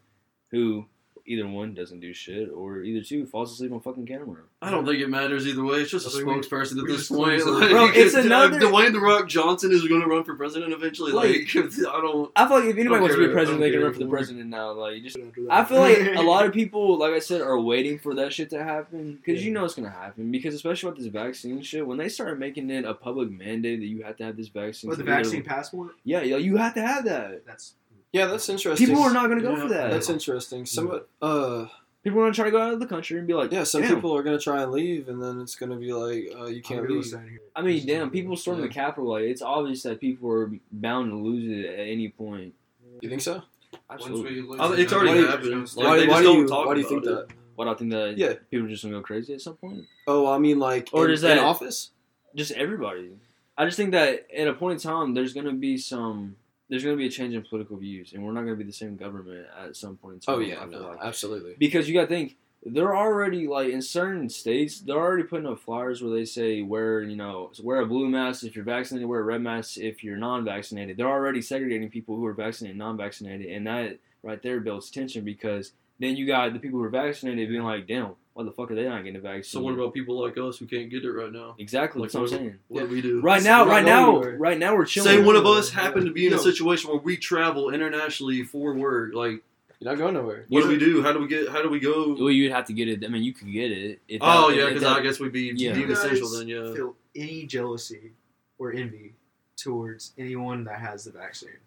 [SPEAKER 4] who either one doesn't do shit or either two falls asleep on fucking camera.
[SPEAKER 3] I don't think it matters either way. It's just a
[SPEAKER 5] I think we-
[SPEAKER 3] spokesperson at
[SPEAKER 5] we
[SPEAKER 3] this
[SPEAKER 5] just
[SPEAKER 3] point.
[SPEAKER 5] close it.
[SPEAKER 3] Like,
[SPEAKER 4] Bro, it's
[SPEAKER 3] if- if
[SPEAKER 4] another-
[SPEAKER 3] Dwayne the Rock Johnson is going to run for president eventually. Like,
[SPEAKER 4] Like-
[SPEAKER 3] I don't.
[SPEAKER 4] I feel like if
[SPEAKER 3] Don't
[SPEAKER 4] anybody wants to be
[SPEAKER 3] care,
[SPEAKER 4] president,
[SPEAKER 3] don't
[SPEAKER 4] they can
[SPEAKER 3] care
[SPEAKER 4] run for the
[SPEAKER 3] anymore.
[SPEAKER 4] president now. Like, you just I feel like a lot of people, like I said, are waiting for that shit to happen because you know it's gonna happen. Because especially with this vaccine shit, when they started making it a public mandate that you have to have this vaccine,
[SPEAKER 5] With the
[SPEAKER 4] to either-
[SPEAKER 5] vaccine passport,
[SPEAKER 4] yeah, yeah, you have to have that.
[SPEAKER 5] that's
[SPEAKER 1] Yeah, that's interesting.
[SPEAKER 4] People are not gonna go
[SPEAKER 3] Yeah,
[SPEAKER 4] for that.
[SPEAKER 1] That's interesting. Some uh,
[SPEAKER 4] people are gonna try to go out of the country and be like,
[SPEAKER 1] yeah, some
[SPEAKER 4] "Damn."
[SPEAKER 1] people are gonna try and leave, and then it's gonna be like, uh, you can't
[SPEAKER 5] I'm gonna
[SPEAKER 1] leave.
[SPEAKER 5] sign here.
[SPEAKER 4] I mean, damn, people storm
[SPEAKER 1] Yeah.
[SPEAKER 4] the Capitol. Like, it's obvious that people are bound to lose it at any point.
[SPEAKER 1] You think so?
[SPEAKER 4] Absolutely.
[SPEAKER 3] I mean, it's already
[SPEAKER 1] Why do you-
[SPEAKER 3] happened. Like,
[SPEAKER 1] Why,
[SPEAKER 3] they
[SPEAKER 1] why
[SPEAKER 3] just
[SPEAKER 1] do
[SPEAKER 3] don't
[SPEAKER 1] you?
[SPEAKER 3] talk
[SPEAKER 1] Why do you
[SPEAKER 3] about
[SPEAKER 1] think
[SPEAKER 3] it.
[SPEAKER 1] that?
[SPEAKER 4] What I think that
[SPEAKER 1] Yeah.
[SPEAKER 4] people just gonna go crazy at some point.
[SPEAKER 1] Oh, I mean, like,
[SPEAKER 4] Or
[SPEAKER 1] in,
[SPEAKER 4] does that-
[SPEAKER 1] in office?
[SPEAKER 4] Just everybody. I just think that at a point in time, there's gonna be some. There's gonna be a change in political views, and we're not gonna be the same government at some point in time.
[SPEAKER 1] Oh yeah,
[SPEAKER 4] I feel
[SPEAKER 1] no,
[SPEAKER 4] like.
[SPEAKER 1] absolutely.
[SPEAKER 4] because you gotta think they're already like in certain states they're already putting up flyers where they say wear you know wear a blue mask if you're vaccinated wear a red mask if you're non-vaccinated they're already segregating people who are vaccinated and non-vaccinated and that right there builds tension because then you got the people who are vaccinated being like damn why the fuck are they not getting a vaccine
[SPEAKER 3] So what about people like us who can't get it right now?
[SPEAKER 4] exactly
[SPEAKER 3] Like,
[SPEAKER 4] that's what
[SPEAKER 3] what-
[SPEAKER 4] i'm saying
[SPEAKER 3] What do we do?
[SPEAKER 4] right
[SPEAKER 5] it's
[SPEAKER 4] now
[SPEAKER 5] not
[SPEAKER 4] right
[SPEAKER 5] going
[SPEAKER 4] now
[SPEAKER 5] anywhere.
[SPEAKER 4] right now we're chilling
[SPEAKER 3] Say one of
[SPEAKER 5] Yo.
[SPEAKER 3] us happened to be in a
[SPEAKER 5] Yo.
[SPEAKER 3] situation where we travel internationally for work. Like,
[SPEAKER 2] You're not going nowhere.
[SPEAKER 3] what do we do? How do we get? How do we go?
[SPEAKER 4] well you'd have to get it i mean you could get it if
[SPEAKER 3] Oh
[SPEAKER 4] that-
[SPEAKER 3] yeah,
[SPEAKER 4] if
[SPEAKER 3] because
[SPEAKER 4] that-
[SPEAKER 3] I guess we'd be
[SPEAKER 4] Yeah.
[SPEAKER 3] deemed
[SPEAKER 5] You guys
[SPEAKER 3] essential then. Yeah.
[SPEAKER 5] feel any jealousy or envy towards anyone that has the vaccine?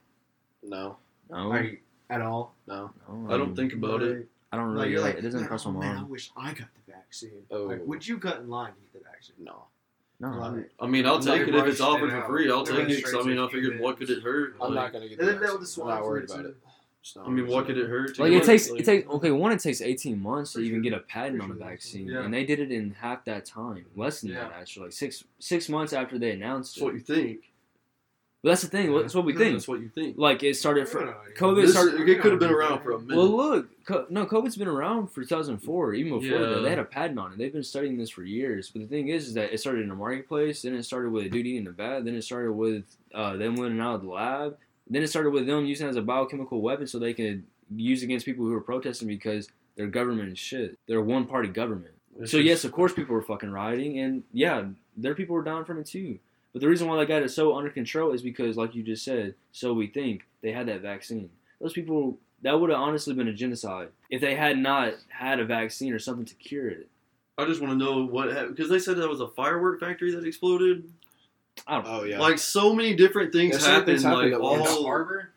[SPEAKER 2] No,
[SPEAKER 4] no,
[SPEAKER 5] Are you at all?
[SPEAKER 2] no.
[SPEAKER 4] no,
[SPEAKER 3] I don't think about it.
[SPEAKER 4] i don't
[SPEAKER 5] Like,
[SPEAKER 4] really
[SPEAKER 5] you're
[SPEAKER 4] it doesn't
[SPEAKER 5] "Man,
[SPEAKER 4] cross
[SPEAKER 5] oh,
[SPEAKER 4] my
[SPEAKER 5] man, I
[SPEAKER 4] mind
[SPEAKER 5] wish I got the vaccine.
[SPEAKER 2] Oh.
[SPEAKER 5] Like, would you cut in line to get the vaccine?
[SPEAKER 2] No.
[SPEAKER 4] no
[SPEAKER 5] Like,
[SPEAKER 3] I mean, I'll
[SPEAKER 2] They
[SPEAKER 3] take it if it's
[SPEAKER 5] rushed
[SPEAKER 3] offered
[SPEAKER 5] it
[SPEAKER 3] for
[SPEAKER 5] out.
[SPEAKER 3] free. I'll
[SPEAKER 5] They
[SPEAKER 3] take it.
[SPEAKER 5] rushed
[SPEAKER 3] 'cause, I
[SPEAKER 5] it
[SPEAKER 3] mean,
[SPEAKER 5] to
[SPEAKER 3] I figured
[SPEAKER 5] few
[SPEAKER 3] what could it hurt?
[SPEAKER 2] I'm
[SPEAKER 3] Like,
[SPEAKER 2] not gonna get.
[SPEAKER 5] and
[SPEAKER 2] The
[SPEAKER 5] then they'll
[SPEAKER 2] vaccine.
[SPEAKER 5] just
[SPEAKER 2] I'm not worried about it. It's not
[SPEAKER 3] I mean,
[SPEAKER 2] worth
[SPEAKER 3] what could it hurt? to
[SPEAKER 4] Like
[SPEAKER 3] get
[SPEAKER 4] it takes
[SPEAKER 3] Like,
[SPEAKER 4] it takes okay one it takes eighteen months to even get a patent on a
[SPEAKER 5] Pretty sure.
[SPEAKER 4] vaccine,
[SPEAKER 5] Yeah.
[SPEAKER 4] and they did it in half that time, less than that actually, like six six months after they announced
[SPEAKER 3] That's
[SPEAKER 4] it.
[SPEAKER 3] what you think.
[SPEAKER 4] But that's the thing. That's what we think.
[SPEAKER 3] That's what you think.
[SPEAKER 4] Like it started
[SPEAKER 5] I
[SPEAKER 4] from
[SPEAKER 5] don't know,
[SPEAKER 4] COVID
[SPEAKER 5] you
[SPEAKER 3] This,
[SPEAKER 5] know,
[SPEAKER 4] started-
[SPEAKER 3] it could have been around for a minute.
[SPEAKER 4] well, look, co- no, COVID's been around for 2004, even before that.
[SPEAKER 3] Yeah.
[SPEAKER 4] They had a patent on it. They've been studying this for years. But the thing is, is that it started in the marketplace, then it started with a dude eating a bat, then it started with uh, them winning out of the lab, then it started with them using it as a biochemical weapon so they could use against people who were protesting because their government is shit. They're a one party government.
[SPEAKER 3] It's
[SPEAKER 4] So
[SPEAKER 3] just-
[SPEAKER 4] yes, of course, people were fucking rioting, and yeah, their people were down from it too. But the reason why they got it so under control is because, like you just said, so we think they had that vaccine. Those people that would have honestly been a genocide if they had not had a vaccine or something to cure it.
[SPEAKER 3] I just want to know what happened because they said that was a firework factory that exploded.
[SPEAKER 4] I don't.
[SPEAKER 2] Oh yeah.
[SPEAKER 3] Like so many different things
[SPEAKER 2] There's certain
[SPEAKER 3] happened.
[SPEAKER 2] things happened
[SPEAKER 3] Like
[SPEAKER 2] that
[SPEAKER 5] In
[SPEAKER 2] were-
[SPEAKER 5] the
[SPEAKER 3] all,
[SPEAKER 5] harbor?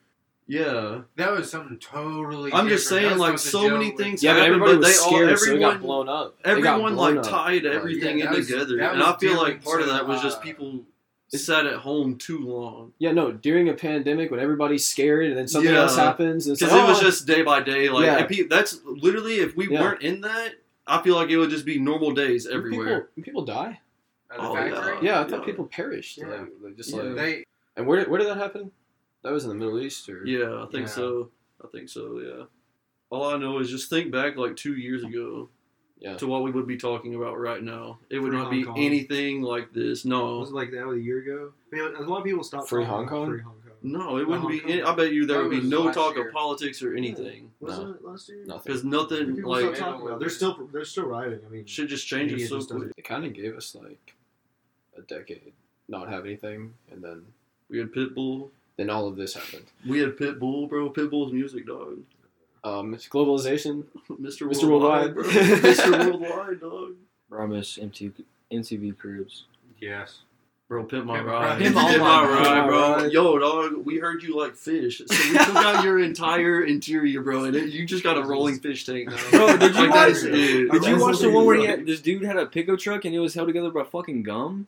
[SPEAKER 3] yeah.
[SPEAKER 5] That was something totally.
[SPEAKER 3] I'm just
[SPEAKER 5] different.
[SPEAKER 3] saying,
[SPEAKER 5] That
[SPEAKER 3] like
[SPEAKER 5] was
[SPEAKER 3] so
[SPEAKER 5] something
[SPEAKER 3] many
[SPEAKER 5] Joe
[SPEAKER 3] things
[SPEAKER 2] yeah, but
[SPEAKER 3] happened,
[SPEAKER 2] everybody
[SPEAKER 3] but they
[SPEAKER 2] was
[SPEAKER 3] all
[SPEAKER 2] scared, so it
[SPEAKER 3] everyone
[SPEAKER 2] got blown up. It got
[SPEAKER 3] everyone
[SPEAKER 2] blown
[SPEAKER 3] like
[SPEAKER 2] up.
[SPEAKER 3] tied
[SPEAKER 2] Like,
[SPEAKER 3] everything
[SPEAKER 5] yeah,
[SPEAKER 3] in
[SPEAKER 5] that was-
[SPEAKER 3] together,
[SPEAKER 5] that
[SPEAKER 3] and I
[SPEAKER 5] was
[SPEAKER 3] feel like
[SPEAKER 5] different
[SPEAKER 3] part of
[SPEAKER 5] to,
[SPEAKER 3] that was just
[SPEAKER 5] uh,
[SPEAKER 3] people sat at home too long
[SPEAKER 2] Yeah, no. During a pandemic, when everybody's scared, and then something
[SPEAKER 3] Yeah.
[SPEAKER 2] else happens, and it's
[SPEAKER 3] because
[SPEAKER 2] like,
[SPEAKER 3] it was
[SPEAKER 2] "Oh,
[SPEAKER 3] just day by day. Like
[SPEAKER 2] Yeah.
[SPEAKER 3] and pe- that's literally if we
[SPEAKER 2] Yeah.
[SPEAKER 3] weren't in that, I feel like it would just be normal days
[SPEAKER 2] didn't
[SPEAKER 3] everywhere.
[SPEAKER 2] People, didn't people die.
[SPEAKER 5] At the
[SPEAKER 3] Oh,
[SPEAKER 5] factory?
[SPEAKER 3] yeah.
[SPEAKER 2] Yeah, I thought
[SPEAKER 3] Yeah.
[SPEAKER 2] people perished.
[SPEAKER 5] Yeah.
[SPEAKER 2] Like, like, just
[SPEAKER 3] Yeah.
[SPEAKER 2] like,
[SPEAKER 5] They,
[SPEAKER 2] and where did, where did that happen? That was in the Middle East, or
[SPEAKER 3] Yeah, I think
[SPEAKER 5] Yeah.
[SPEAKER 3] so. I think so. Yeah. All I know is just think back like two years ago
[SPEAKER 2] Yeah.
[SPEAKER 3] to what we would be talking about right now. It would
[SPEAKER 5] Free
[SPEAKER 3] not
[SPEAKER 5] Hong
[SPEAKER 3] be
[SPEAKER 5] Kong.
[SPEAKER 3] anything like this. No,
[SPEAKER 5] was it like that was a year ago? I mean, a lot of people stopped.
[SPEAKER 2] Free Hong
[SPEAKER 5] talking about
[SPEAKER 2] Kong?
[SPEAKER 5] Free Hong Kong.
[SPEAKER 3] No, it wouldn't
[SPEAKER 5] Hong
[SPEAKER 3] be.
[SPEAKER 5] Kong.
[SPEAKER 3] Any, I bet you there
[SPEAKER 6] That
[SPEAKER 3] would be
[SPEAKER 6] was
[SPEAKER 3] no
[SPEAKER 6] last
[SPEAKER 3] talk
[SPEAKER 6] year.
[SPEAKER 3] of politics or anything
[SPEAKER 5] Wasn't it last year?
[SPEAKER 2] nothing.
[SPEAKER 3] because nothing
[SPEAKER 5] People
[SPEAKER 3] like
[SPEAKER 5] stopped talking about. it. They're still they're still rioting. I mean,
[SPEAKER 3] shit just changes
[SPEAKER 5] media
[SPEAKER 3] so
[SPEAKER 5] just doesn't-
[SPEAKER 3] quick.
[SPEAKER 2] It kind of gave us like a decade not have anything, and then
[SPEAKER 3] We had Pitbull.
[SPEAKER 2] then all of this happened.
[SPEAKER 3] We had Pitbull, bro. Pitbull's music, dog.
[SPEAKER 2] Um, it's globalization.
[SPEAKER 3] Mr.
[SPEAKER 2] Mr. Worldwide.
[SPEAKER 3] Worldwide, bro. Mr. Worldwide, dog.
[SPEAKER 4] Ramos MTV, MTV Cribs.
[SPEAKER 5] yes.
[SPEAKER 3] Bro, pimp my
[SPEAKER 5] Pimp my
[SPEAKER 3] ride.
[SPEAKER 5] ride.
[SPEAKER 3] Pimp
[SPEAKER 5] Pimp
[SPEAKER 3] my
[SPEAKER 5] my
[SPEAKER 2] ride.
[SPEAKER 3] ride, bro.
[SPEAKER 2] Ride.
[SPEAKER 3] Yo, dog, we heard you like fish, so we took out your entire interior, bro, and it, you just got a rolling fish tank now.
[SPEAKER 4] Bro, did you
[SPEAKER 3] Like, that
[SPEAKER 4] watch-
[SPEAKER 3] is it.
[SPEAKER 4] Did you
[SPEAKER 5] That's
[SPEAKER 4] watch the
[SPEAKER 5] what
[SPEAKER 4] one
[SPEAKER 5] it
[SPEAKER 4] where
[SPEAKER 5] is.
[SPEAKER 4] he had, this dude had a pickup truck and it was held together by fucking gum?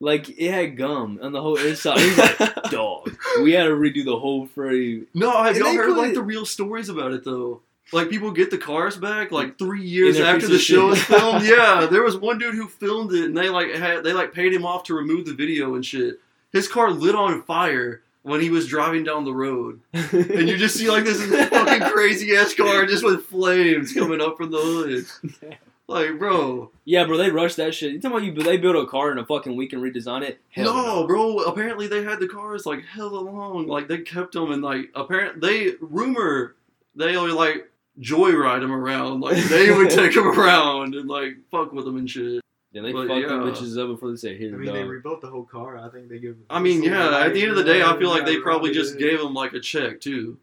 [SPEAKER 4] Like it had gum on the whole inside. He was like, dog, we had to redo the whole frame.
[SPEAKER 3] No, have
[SPEAKER 4] And
[SPEAKER 3] y'all
[SPEAKER 4] they
[SPEAKER 3] heard
[SPEAKER 4] put
[SPEAKER 3] like
[SPEAKER 4] it-
[SPEAKER 3] the real stories about it though? Like people get the cars back like three years
[SPEAKER 4] they're
[SPEAKER 3] after
[SPEAKER 4] pieces
[SPEAKER 3] the
[SPEAKER 4] of
[SPEAKER 3] show is
[SPEAKER 4] shit.
[SPEAKER 3] filmed. Yeah, there was one dude who filmed it, and they like had they like paid him off to remove the video and shit. His car lit on fire when he was driving down the road, and you just see like this fucking crazy ass car just with flames coming up from the hood. Like, bro,
[SPEAKER 4] Yeah, bro, they rushed that shit. You talking about you? But they built a car in a fucking week and redesigned it? Hell
[SPEAKER 3] no, bro. Apparently, they had the cars like hella long. Like they kept them, and like apparent they rumor they only like joyride them around. Like they would take them around and like fuck with them and shit.
[SPEAKER 4] Yeah, they
[SPEAKER 3] But
[SPEAKER 4] fucked them
[SPEAKER 3] yeah.
[SPEAKER 4] bitches up before they said
[SPEAKER 5] I
[SPEAKER 4] here.
[SPEAKER 5] mean, they
[SPEAKER 4] dog."
[SPEAKER 5] rebuilt the whole car. I think they give.
[SPEAKER 3] uh, I mean, yeah. At the end of the day, I feel like they
[SPEAKER 5] Yeah,
[SPEAKER 3] probably just
[SPEAKER 5] right.
[SPEAKER 3] gave them like a check too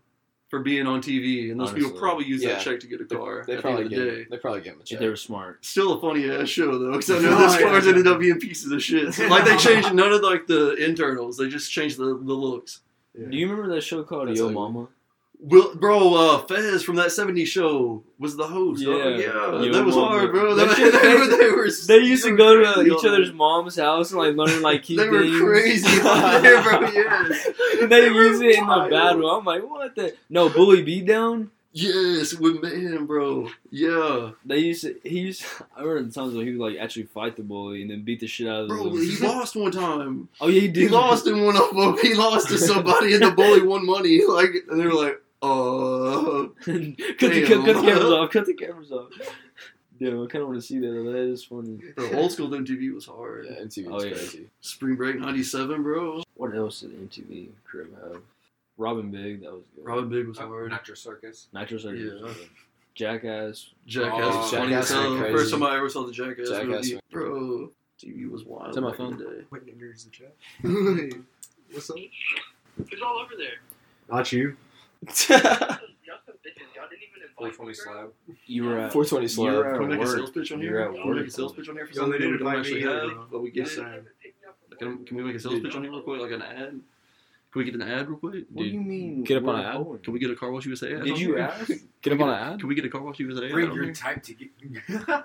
[SPEAKER 3] for being on TV, and those people
[SPEAKER 4] Honestly.
[SPEAKER 3] probably use
[SPEAKER 2] Yeah.
[SPEAKER 3] that check to get a car.
[SPEAKER 2] They
[SPEAKER 3] at
[SPEAKER 2] probably
[SPEAKER 3] the end of the
[SPEAKER 2] get.
[SPEAKER 3] day.
[SPEAKER 2] They probably get him a
[SPEAKER 4] if
[SPEAKER 2] check.
[SPEAKER 4] they were smart.
[SPEAKER 3] Still a funny ass show though, because I know
[SPEAKER 5] No,
[SPEAKER 3] those
[SPEAKER 5] yeah,
[SPEAKER 3] cars
[SPEAKER 5] yeah.
[SPEAKER 3] ended up being pieces of shit. Like they changed none of like the internals; they just changed the, the looks.
[SPEAKER 5] Yeah.
[SPEAKER 4] Do you remember that show called
[SPEAKER 2] That's
[SPEAKER 4] Yo
[SPEAKER 2] like-
[SPEAKER 4] Mama?
[SPEAKER 3] Will, bro, uh, Fez from that 70s show was the host. Yeah,
[SPEAKER 4] Yeah.
[SPEAKER 3] yeah.
[SPEAKER 4] Yo,
[SPEAKER 3] that was
[SPEAKER 4] mama.
[SPEAKER 3] hard, bro.
[SPEAKER 4] That
[SPEAKER 3] That
[SPEAKER 4] shit-
[SPEAKER 3] they, were, they, were,
[SPEAKER 4] They used to
[SPEAKER 3] were
[SPEAKER 4] go to
[SPEAKER 3] crazy
[SPEAKER 4] each
[SPEAKER 3] on
[SPEAKER 4] other's
[SPEAKER 3] it.
[SPEAKER 4] mom's house and like learn like key
[SPEAKER 3] They were
[SPEAKER 4] things.
[SPEAKER 3] crazy on there, bro. Yes.
[SPEAKER 4] And they
[SPEAKER 3] were
[SPEAKER 4] use it in the
[SPEAKER 3] wild.
[SPEAKER 4] battle. I'm like, what the? No, bully beatdown.
[SPEAKER 3] Yes, with man, bro. Yeah,
[SPEAKER 4] They used to, he used. I remember the times when he would like actually fight the bully and then beat the shit out of
[SPEAKER 3] bro.
[SPEAKER 4] him.
[SPEAKER 3] He lost one time.
[SPEAKER 4] oh yeah, he did.
[SPEAKER 3] He lost in one of them. He lost to somebody, and the bully won money. Like, and they were like, uh.
[SPEAKER 4] cut, the, cut, cut the cameras off. Cut the cameras off. Yeah, I kind of want to see that. though. That is funny.
[SPEAKER 3] Bro, old school MTV was hard.
[SPEAKER 7] Yeah, MTV
[SPEAKER 4] Oh,
[SPEAKER 7] is
[SPEAKER 4] yeah.
[SPEAKER 7] crazy.
[SPEAKER 3] Spring Break '97, bro.
[SPEAKER 4] What else did MTV crib have? Robin Big, that was good.
[SPEAKER 3] Robin Big was hard.
[SPEAKER 5] Not your circus.
[SPEAKER 4] Nitro Circus. was
[SPEAKER 3] Yeah.
[SPEAKER 4] good. Jackass.
[SPEAKER 3] Jackass was
[SPEAKER 7] Oh,
[SPEAKER 3] funny
[SPEAKER 7] Jackass
[SPEAKER 3] as hell.
[SPEAKER 7] went crazy.
[SPEAKER 3] First time I ever saw the Jackass,
[SPEAKER 7] Jackass
[SPEAKER 3] movie,
[SPEAKER 7] went-
[SPEAKER 3] bro. TV was wild.
[SPEAKER 2] It's on my
[SPEAKER 3] back in
[SPEAKER 2] phone.
[SPEAKER 3] the day.
[SPEAKER 5] What niggers the Jeff? What's up?
[SPEAKER 6] It's all over there.
[SPEAKER 5] Not you.
[SPEAKER 6] Y'all some bitches. Y'all didn't even invite
[SPEAKER 5] Only
[SPEAKER 6] me, girl.
[SPEAKER 4] You were at,
[SPEAKER 2] 420
[SPEAKER 4] you were
[SPEAKER 2] slab.
[SPEAKER 4] at
[SPEAKER 3] Can we make a
[SPEAKER 4] work.
[SPEAKER 3] sales pitch on
[SPEAKER 4] You're
[SPEAKER 3] here?
[SPEAKER 4] at
[SPEAKER 3] Can we make
[SPEAKER 4] work.
[SPEAKER 3] a sales pitch on here for
[SPEAKER 5] Y'all, they
[SPEAKER 3] something
[SPEAKER 5] didn't
[SPEAKER 3] we don't
[SPEAKER 5] invite
[SPEAKER 3] actually
[SPEAKER 5] me either,
[SPEAKER 3] have,
[SPEAKER 5] bro.
[SPEAKER 3] but we get
[SPEAKER 5] Yes,
[SPEAKER 3] it?
[SPEAKER 5] sir.
[SPEAKER 3] Can, can we make a sales
[SPEAKER 7] Dude.
[SPEAKER 3] pitch on here real quick, like an ad? Can we get an ad real quick?
[SPEAKER 4] What do you mean?
[SPEAKER 2] Get up on
[SPEAKER 4] we're
[SPEAKER 2] an ad?
[SPEAKER 4] going?
[SPEAKER 3] Can we get a car wash USA ad?
[SPEAKER 4] Did
[SPEAKER 3] on
[SPEAKER 4] you
[SPEAKER 3] here?
[SPEAKER 4] ask?
[SPEAKER 2] Get up on an ad?
[SPEAKER 3] Can we get a car wash USA ad?
[SPEAKER 5] Bring
[SPEAKER 3] on
[SPEAKER 5] your
[SPEAKER 3] here?
[SPEAKER 5] type ticket.
[SPEAKER 6] Yeah, I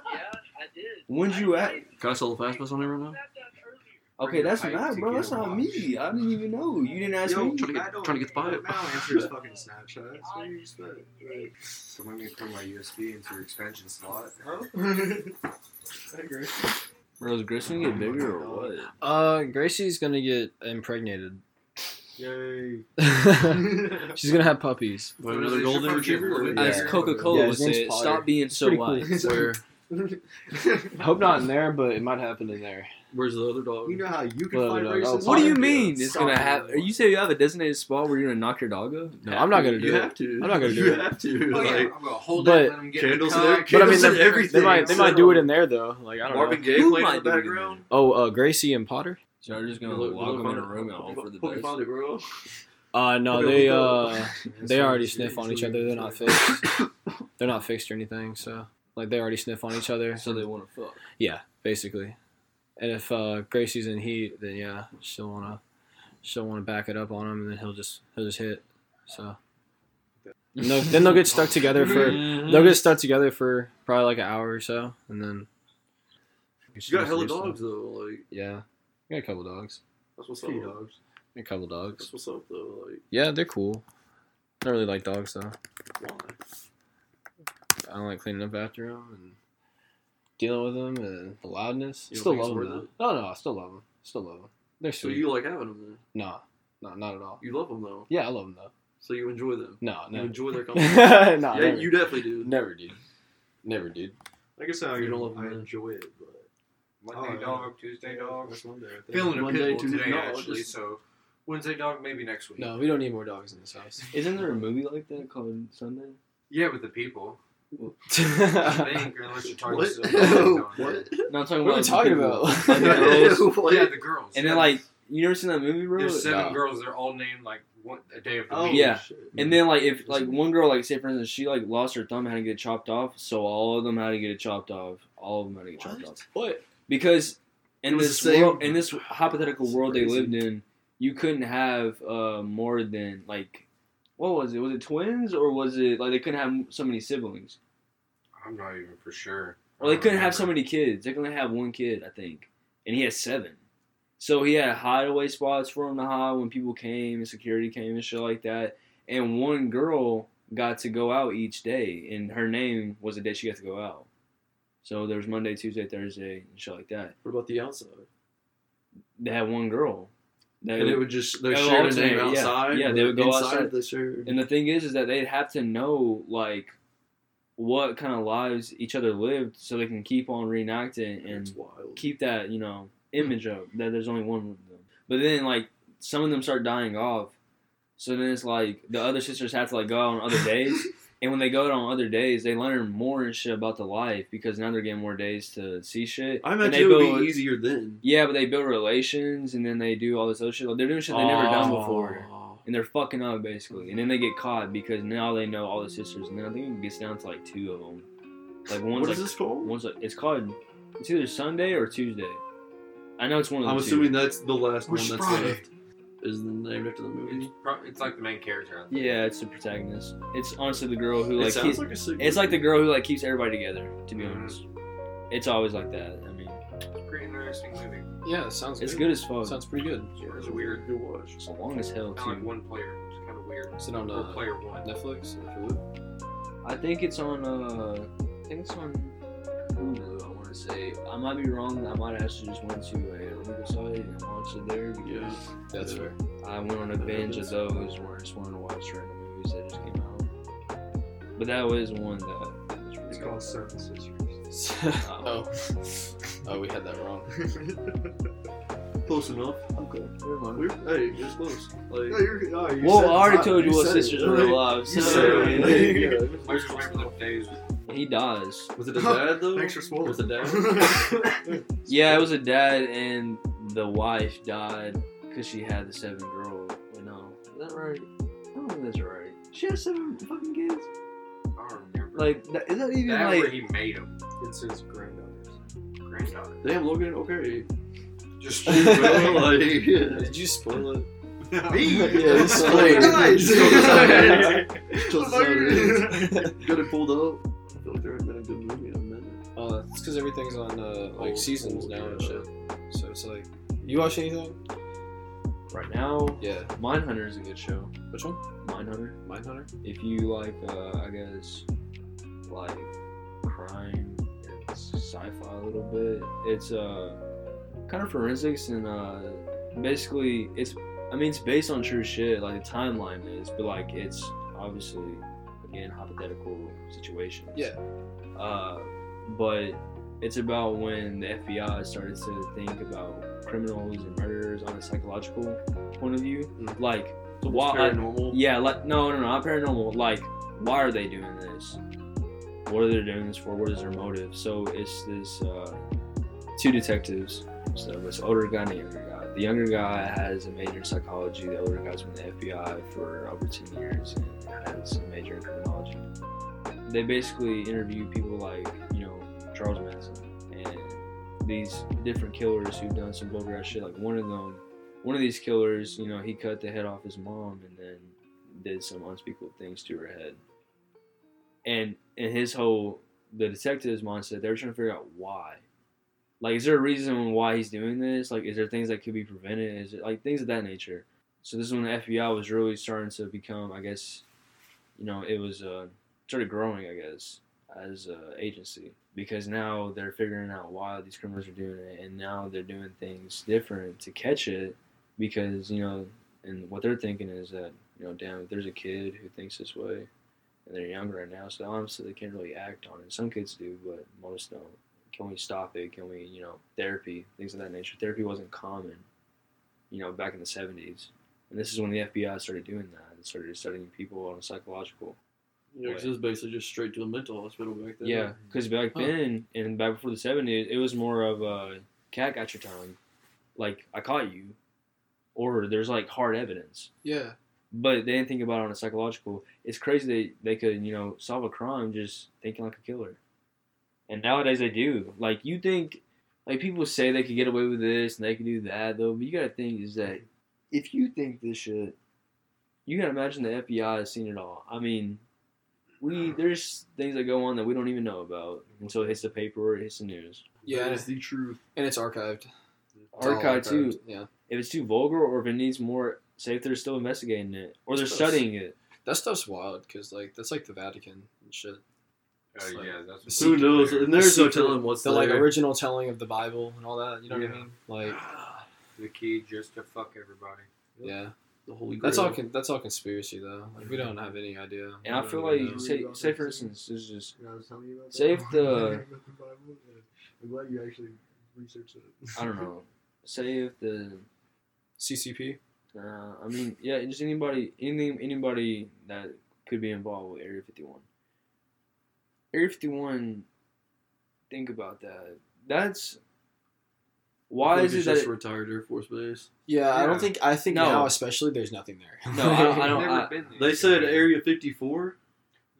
[SPEAKER 6] did.
[SPEAKER 4] When'd you
[SPEAKER 6] I-
[SPEAKER 4] at?
[SPEAKER 3] Can I sell a fast pass on there right now?
[SPEAKER 4] Okay, that's
[SPEAKER 5] Bring
[SPEAKER 4] not,
[SPEAKER 5] tight
[SPEAKER 4] bro.
[SPEAKER 5] to
[SPEAKER 4] That's
[SPEAKER 5] get
[SPEAKER 4] not
[SPEAKER 5] watched.
[SPEAKER 4] me. I didn't even know. You didn't ask me.
[SPEAKER 3] trying to get- trying to get the bio.
[SPEAKER 5] Now answer his fucking Snapchat. That's what you expect. Like,
[SPEAKER 8] Someone can put my USB into your extension slot.
[SPEAKER 5] huh? I agree.
[SPEAKER 4] Bro, is Grissom get bigger
[SPEAKER 6] Oh
[SPEAKER 4] or what?
[SPEAKER 2] Uh, Gracie's gonna get impregnated.
[SPEAKER 5] Yay.
[SPEAKER 2] She's gonna have puppies.
[SPEAKER 3] What, another golden retriever?
[SPEAKER 2] Yeah.
[SPEAKER 4] As Coca Cola
[SPEAKER 2] Yeah,
[SPEAKER 4] would
[SPEAKER 2] his name's
[SPEAKER 4] say, it,
[SPEAKER 2] Potter.
[SPEAKER 4] stop being so
[SPEAKER 2] pretty
[SPEAKER 4] white.
[SPEAKER 2] Where? I hope not in there, but it might happen in there.
[SPEAKER 3] Where's the other dog?
[SPEAKER 5] You know how you can
[SPEAKER 2] Well,
[SPEAKER 5] find
[SPEAKER 2] no, no,
[SPEAKER 5] racism?
[SPEAKER 4] What do you
[SPEAKER 2] Potter.
[SPEAKER 4] mean? It's
[SPEAKER 5] Stop
[SPEAKER 4] gonna
[SPEAKER 5] it.
[SPEAKER 4] happen. You say you have a designated spot where you're gonna knock your dog up?
[SPEAKER 2] No, I'm not gonna
[SPEAKER 3] you
[SPEAKER 2] do it.
[SPEAKER 3] have to.
[SPEAKER 2] I'm not gonna do
[SPEAKER 3] you
[SPEAKER 2] it.
[SPEAKER 3] have to.
[SPEAKER 8] Oh, yeah,
[SPEAKER 3] Like,
[SPEAKER 8] I'm gonna hold
[SPEAKER 2] but-
[SPEAKER 8] it, let him get in
[SPEAKER 3] Candles
[SPEAKER 8] the
[SPEAKER 3] in there?
[SPEAKER 8] car.
[SPEAKER 2] But I mean,
[SPEAKER 3] Candles in
[SPEAKER 2] they,
[SPEAKER 3] everything.
[SPEAKER 2] they might they might do it in there though. Like I don't
[SPEAKER 3] Marvin
[SPEAKER 2] know.
[SPEAKER 3] Gaye
[SPEAKER 4] Who
[SPEAKER 3] playing
[SPEAKER 4] might
[SPEAKER 3] in
[SPEAKER 4] do
[SPEAKER 3] the
[SPEAKER 4] it in
[SPEAKER 3] background.
[SPEAKER 2] Oh, uh, Gracie and Potter.
[SPEAKER 4] So you're just gonna
[SPEAKER 3] Look,
[SPEAKER 4] lock
[SPEAKER 3] look,
[SPEAKER 4] them in a
[SPEAKER 3] look,
[SPEAKER 4] room and
[SPEAKER 3] look,
[SPEAKER 4] hope for the
[SPEAKER 3] look,
[SPEAKER 4] best.
[SPEAKER 3] find it, bro.
[SPEAKER 2] Uh, no,
[SPEAKER 3] Okay,
[SPEAKER 2] they
[SPEAKER 3] we go.
[SPEAKER 2] uh they already sniff on each other. They're not fixed. They're not fixed or anything. So like they already sniff on each other.
[SPEAKER 4] So they want to fuck.
[SPEAKER 2] Yeah, basically. And if uh, Gracie's in heat, then yeah, she'll wanna she'll wanna back it up on him, and then he'll just he'll just hit. So and they'll, then they'll get stuck together for they'll get stuck together for probably like an hour or so, and then
[SPEAKER 3] You got hella dogs though. Like
[SPEAKER 2] Yeah, I got a couple dogs.
[SPEAKER 3] that's what's up.
[SPEAKER 5] Few dogs.
[SPEAKER 2] I got a couple dogs.
[SPEAKER 3] That's what's up though. Like
[SPEAKER 2] Yeah, they're cool. I don't really like dogs though.
[SPEAKER 3] why?
[SPEAKER 2] I don't like cleaning up after them and dealing with them and the loudness.
[SPEAKER 3] You don't
[SPEAKER 2] still
[SPEAKER 3] think it's
[SPEAKER 2] love them.
[SPEAKER 3] worth
[SPEAKER 2] Though. No, no, I still love them. Still love them. They're
[SPEAKER 3] So
[SPEAKER 2] sweet.
[SPEAKER 3] you like having them then?
[SPEAKER 2] no, no, not at all.
[SPEAKER 3] You love them though.
[SPEAKER 2] Yeah, I love them though.
[SPEAKER 3] So you enjoy them.
[SPEAKER 2] No,
[SPEAKER 3] You
[SPEAKER 2] never.
[SPEAKER 3] enjoy their
[SPEAKER 2] no,
[SPEAKER 3] company. yeah,
[SPEAKER 2] never.
[SPEAKER 3] you definitely do.
[SPEAKER 2] never, dude. Never, dude.
[SPEAKER 5] Like I said, I,
[SPEAKER 3] You don't love
[SPEAKER 5] I
[SPEAKER 3] them, man.
[SPEAKER 5] enjoy it, but
[SPEAKER 8] Monday
[SPEAKER 5] Oh, yeah.
[SPEAKER 8] dog, Tuesday dog.
[SPEAKER 5] That's Monday, I think.
[SPEAKER 8] Feeling a
[SPEAKER 3] Monday,
[SPEAKER 8] pit bull
[SPEAKER 3] Tuesday
[SPEAKER 8] today
[SPEAKER 3] dog,
[SPEAKER 8] actually,
[SPEAKER 3] just-
[SPEAKER 8] so Wednesday dog maybe next week.
[SPEAKER 2] No, we don't need more dogs in this house.
[SPEAKER 4] Isn't there a movie like that called Sunday?
[SPEAKER 8] Yeah, with the people. They ain't gonna let you talk
[SPEAKER 3] What?
[SPEAKER 8] to them.
[SPEAKER 3] what?
[SPEAKER 4] No, I'm talking
[SPEAKER 2] what are we
[SPEAKER 4] about
[SPEAKER 2] talking
[SPEAKER 4] people.
[SPEAKER 2] about?
[SPEAKER 3] What?
[SPEAKER 8] Yeah, the girls.
[SPEAKER 4] And then like you never seen that movie, bro?
[SPEAKER 8] there's seven
[SPEAKER 2] Nah.
[SPEAKER 8] girls. They're all named like one, a day of the
[SPEAKER 5] Oh,
[SPEAKER 8] week.
[SPEAKER 4] Yeah.
[SPEAKER 5] shit.
[SPEAKER 4] And then like if like one girl like say for instance she like lost her thumb and had to get it chopped off, so all of them had to get it chopped off. All of them had to get chopped
[SPEAKER 3] What?
[SPEAKER 4] off
[SPEAKER 2] what?
[SPEAKER 4] because in
[SPEAKER 3] It was
[SPEAKER 4] this
[SPEAKER 3] the same-
[SPEAKER 4] world in this hypothetical
[SPEAKER 2] It's
[SPEAKER 4] world
[SPEAKER 2] crazy.
[SPEAKER 4] they lived in, you couldn't have uh, more than like what was it? Was it twins or was it like they couldn't have so many siblings
[SPEAKER 8] I'm not even for sure.
[SPEAKER 4] or they couldn't have so many kids? They could only have one kid, I think, and he had seven. So he had hideaway spots for him to hide when people came and security came and shit like that. And one girl got to go out each day, and her name was the day she got to go out. So there was Monday, Tuesday, Thursday, and shit like that.
[SPEAKER 3] What about the outside?
[SPEAKER 4] They had one girl. That-
[SPEAKER 3] And it would just they
[SPEAKER 4] They'll
[SPEAKER 3] share the
[SPEAKER 4] alternate,
[SPEAKER 3] name
[SPEAKER 4] yeah.
[SPEAKER 3] outside.
[SPEAKER 4] Yeah, they would go
[SPEAKER 3] inside,
[SPEAKER 4] outside.
[SPEAKER 3] They share.
[SPEAKER 4] and the thing is, is that they'd have to know like what kind of lives each other lived, so they can keep on reenacting and
[SPEAKER 3] It's wild.
[SPEAKER 4] keep that you know image up that there's only one of them. But then like some of them start dying off, so then it's like the other sisters have to like go out on other days, and when they go out on other days, they learn more and shit about the life because now they're getting more days to see shit.
[SPEAKER 3] I
[SPEAKER 4] And they
[SPEAKER 3] imagine it would
[SPEAKER 4] build-
[SPEAKER 3] be easier then.
[SPEAKER 4] Yeah, but they build relations and then they do all this other shit. Like, they're doing shit they never done before. And they're fucking up basically. And then they get caught because now they know all the sisters. And then I think it gets down to like two of them. Like
[SPEAKER 3] What
[SPEAKER 4] one's
[SPEAKER 3] is
[SPEAKER 4] like
[SPEAKER 3] this called?
[SPEAKER 4] One's like it's called it's either Sunday or Tuesday. I know it's one of the
[SPEAKER 3] I'm
[SPEAKER 4] two.
[SPEAKER 3] assuming that's the last
[SPEAKER 8] Which
[SPEAKER 3] one that's
[SPEAKER 8] Friday?
[SPEAKER 3] left. Is named after the movie.
[SPEAKER 8] It's, pro- it's like the main character. I think.
[SPEAKER 4] Yeah, it's the protagonist. It's honestly the girl who
[SPEAKER 3] It
[SPEAKER 4] like
[SPEAKER 3] sounds
[SPEAKER 4] keeps,
[SPEAKER 3] like a sick
[SPEAKER 4] it's like the
[SPEAKER 3] movie.
[SPEAKER 4] girl who like keeps everybody together. To be
[SPEAKER 8] Mhm.
[SPEAKER 4] honest, it's always like that. I mean,
[SPEAKER 8] Pretty interesting movie.
[SPEAKER 2] Yeah, it sounds
[SPEAKER 4] it's
[SPEAKER 2] good.
[SPEAKER 4] good as fuck.
[SPEAKER 2] Sounds pretty good.
[SPEAKER 8] It was weird.
[SPEAKER 3] Good watch.
[SPEAKER 4] It's long as hell
[SPEAKER 8] Not like
[SPEAKER 4] too.
[SPEAKER 8] one player. It's kind of weird.
[SPEAKER 2] Is it on
[SPEAKER 8] Or
[SPEAKER 2] uh,
[SPEAKER 8] player one.
[SPEAKER 2] Netflix? Hulu?
[SPEAKER 4] I think it's on. uh I think it's on Hulu. I want to say. I might be wrong. I might actually just went to a legal site and watched it there because
[SPEAKER 3] Yeah.
[SPEAKER 2] That's fair.
[SPEAKER 4] I went on a binge of those where I just wanted to watch random movies that just came out. But that was one that. that was
[SPEAKER 5] It's
[SPEAKER 4] pretty
[SPEAKER 5] called
[SPEAKER 4] good.
[SPEAKER 5] Seven Sisters.
[SPEAKER 2] Oh. Oh, we had that wrong.
[SPEAKER 3] Close enough.
[SPEAKER 4] Okay, never mind.
[SPEAKER 3] We're, hey, it's close.
[SPEAKER 5] No,
[SPEAKER 3] Like,
[SPEAKER 5] you're, no, you
[SPEAKER 4] Well,
[SPEAKER 5] said
[SPEAKER 4] I already
[SPEAKER 5] it.
[SPEAKER 4] told you what
[SPEAKER 5] said it.
[SPEAKER 4] sisters are alive.
[SPEAKER 5] You
[SPEAKER 4] so-
[SPEAKER 5] said it. There you go.
[SPEAKER 8] I just remember those days.
[SPEAKER 4] He dies.
[SPEAKER 3] was it a dad though?
[SPEAKER 5] Thanks for spoiling.
[SPEAKER 3] Was it dad?
[SPEAKER 4] Yeah, it was a dad and the wife died because she had the seven girl. Wait, no, is that right? I don't think that's right. She has seven fucking kids.
[SPEAKER 8] I don't remember.
[SPEAKER 4] Like, that, is that even
[SPEAKER 8] that
[SPEAKER 4] like?
[SPEAKER 8] where he made them.
[SPEAKER 5] it's his granddaughters.
[SPEAKER 8] Granddaughter.
[SPEAKER 3] Damn, Logan. Okay.
[SPEAKER 8] Just
[SPEAKER 3] Well, like, yeah.
[SPEAKER 1] Did you spoil it?
[SPEAKER 8] me.
[SPEAKER 1] Yeah, he's playing.
[SPEAKER 5] Nice.
[SPEAKER 3] Just Got it pulled up. I feel like there hasn't been a good movie in a minute.
[SPEAKER 1] Uh, it's because everything's on uh, like
[SPEAKER 3] Old
[SPEAKER 1] seasons
[SPEAKER 3] school,
[SPEAKER 1] now and
[SPEAKER 3] yeah.
[SPEAKER 1] shit. So it's like, you watch anything?
[SPEAKER 4] Right now,
[SPEAKER 1] Yeah.
[SPEAKER 4] Mindhunter is a good show.
[SPEAKER 1] Which one?
[SPEAKER 4] Mindhunter.
[SPEAKER 1] Mindhunter.
[SPEAKER 4] If you like, uh, I guess, like crime and sci-fi a little bit, it's uh kind of forensics and uh basically it's. I mean, it's based on true shit. Like the timeline is, but like it's obviously again hypothetical situations.
[SPEAKER 1] Yeah.
[SPEAKER 4] Uh, but it's about when the FBI started to think about criminals and murderers on a psychological point of view,
[SPEAKER 1] Mm.
[SPEAKER 4] like.
[SPEAKER 3] It's
[SPEAKER 4] why-
[SPEAKER 3] almost paranormal.
[SPEAKER 4] Yeah, like no, no, no, not paranormal. Like, why are they doing this? What are they doing this for? What is their motive? So it's this uh, two detectives. So this older guy and a younger guy. The younger guy has a major in psychology. The older guy's been in the FBI for over ten years and has a major in criminology. They basically interview people like you know Charles Manson and these different killers who've done some vulgar ass shit. Like one of them one of these killers, you know, he cut the head off his mom and then did some unspeakable things to her head. And in his whole the detective's mindset, they were trying to figure out why. Like, is there a reason why he's doing this? Like, is there things that could be prevented? Is it like things of that nature? So this is when the FBI was really starting to become, I guess, you know, it was uh, started growing, I guess, as a agency because now they're figuring out why these criminals are doing it, and now they're doing things different to catch it because you know, and what they're thinking is that you know, damn, if there's a kid who thinks this way, and they're young right now, so obviously they can't really act on it. Some kids do, but most don't. Can we stop it? Can we, you know, therapy, things of that nature? Therapy wasn't common, you know, back in the '70s, and this is when the FBI started doing that. They started studying people on a psychological
[SPEAKER 3] Yeah, 'cause it was basically just straight to a mental hospital back then.
[SPEAKER 4] yeah, because back
[SPEAKER 1] Huh.
[SPEAKER 4] then and back before the seventies, it was more of a cat got your tongue, like I caught you, or there's like hard evidence.
[SPEAKER 1] Yeah.
[SPEAKER 4] But they didn't think about it on a psychological. It's crazy they they could you know solve a crime just thinking like a killer, and nowadays they do. Like you think, like people say they could get away with this and they can do that though, but you gotta think is that if you think this shit, you gotta imagine the FBI has seen it all. I mean, we there's things that go on that we don't even know about until it hits the paper or it hits the news.
[SPEAKER 1] Yeah,
[SPEAKER 3] that
[SPEAKER 1] and
[SPEAKER 3] is
[SPEAKER 1] it's,
[SPEAKER 3] the truth.
[SPEAKER 1] and it's archived. It's all
[SPEAKER 4] Archive too.
[SPEAKER 1] archived, Yeah.
[SPEAKER 4] If it's too vulgar or if it needs more, say if they're still investigating it or they're
[SPEAKER 1] Suppose.
[SPEAKER 4] studying it.
[SPEAKER 1] That stuff's wild because like that's like the Vatican and shit.
[SPEAKER 8] Oh yeah, that's.
[SPEAKER 3] Who knows? And there's no
[SPEAKER 1] Secret-
[SPEAKER 3] telling what's
[SPEAKER 1] The
[SPEAKER 3] there.
[SPEAKER 1] like original telling of the Bible and all that. You know what I
[SPEAKER 8] Yeah.
[SPEAKER 1] mean? Like,
[SPEAKER 8] The key just to fuck everybody.
[SPEAKER 1] yeah.
[SPEAKER 3] the Holy Grail.
[SPEAKER 1] That's all. Con- that's all conspiracy though. Like we don't have any idea.
[SPEAKER 4] And I
[SPEAKER 1] We
[SPEAKER 4] feel
[SPEAKER 1] don't even
[SPEAKER 4] like
[SPEAKER 1] know.
[SPEAKER 4] say say for instance, this is just
[SPEAKER 5] You know, I was telling you about
[SPEAKER 4] Say if
[SPEAKER 5] that.
[SPEAKER 4] the-
[SPEAKER 5] I'm glad you actually researched it.
[SPEAKER 4] I don't know. Say if the
[SPEAKER 1] CCP.
[SPEAKER 4] Uh, I mean, yeah, just anybody, anything, anybody that could be involved with Area 51. Area 51. Think about that. That's why is it that?
[SPEAKER 3] just
[SPEAKER 4] it-
[SPEAKER 3] retired Air Force Base?
[SPEAKER 1] Yeah, I
[SPEAKER 8] Yeah.
[SPEAKER 1] don't think. I think
[SPEAKER 4] No.
[SPEAKER 1] now especially there's nothing there.
[SPEAKER 4] No, I don't- I
[SPEAKER 8] I've
[SPEAKER 4] don't-
[SPEAKER 8] never
[SPEAKER 4] I-
[SPEAKER 8] been there.
[SPEAKER 3] They said Area 54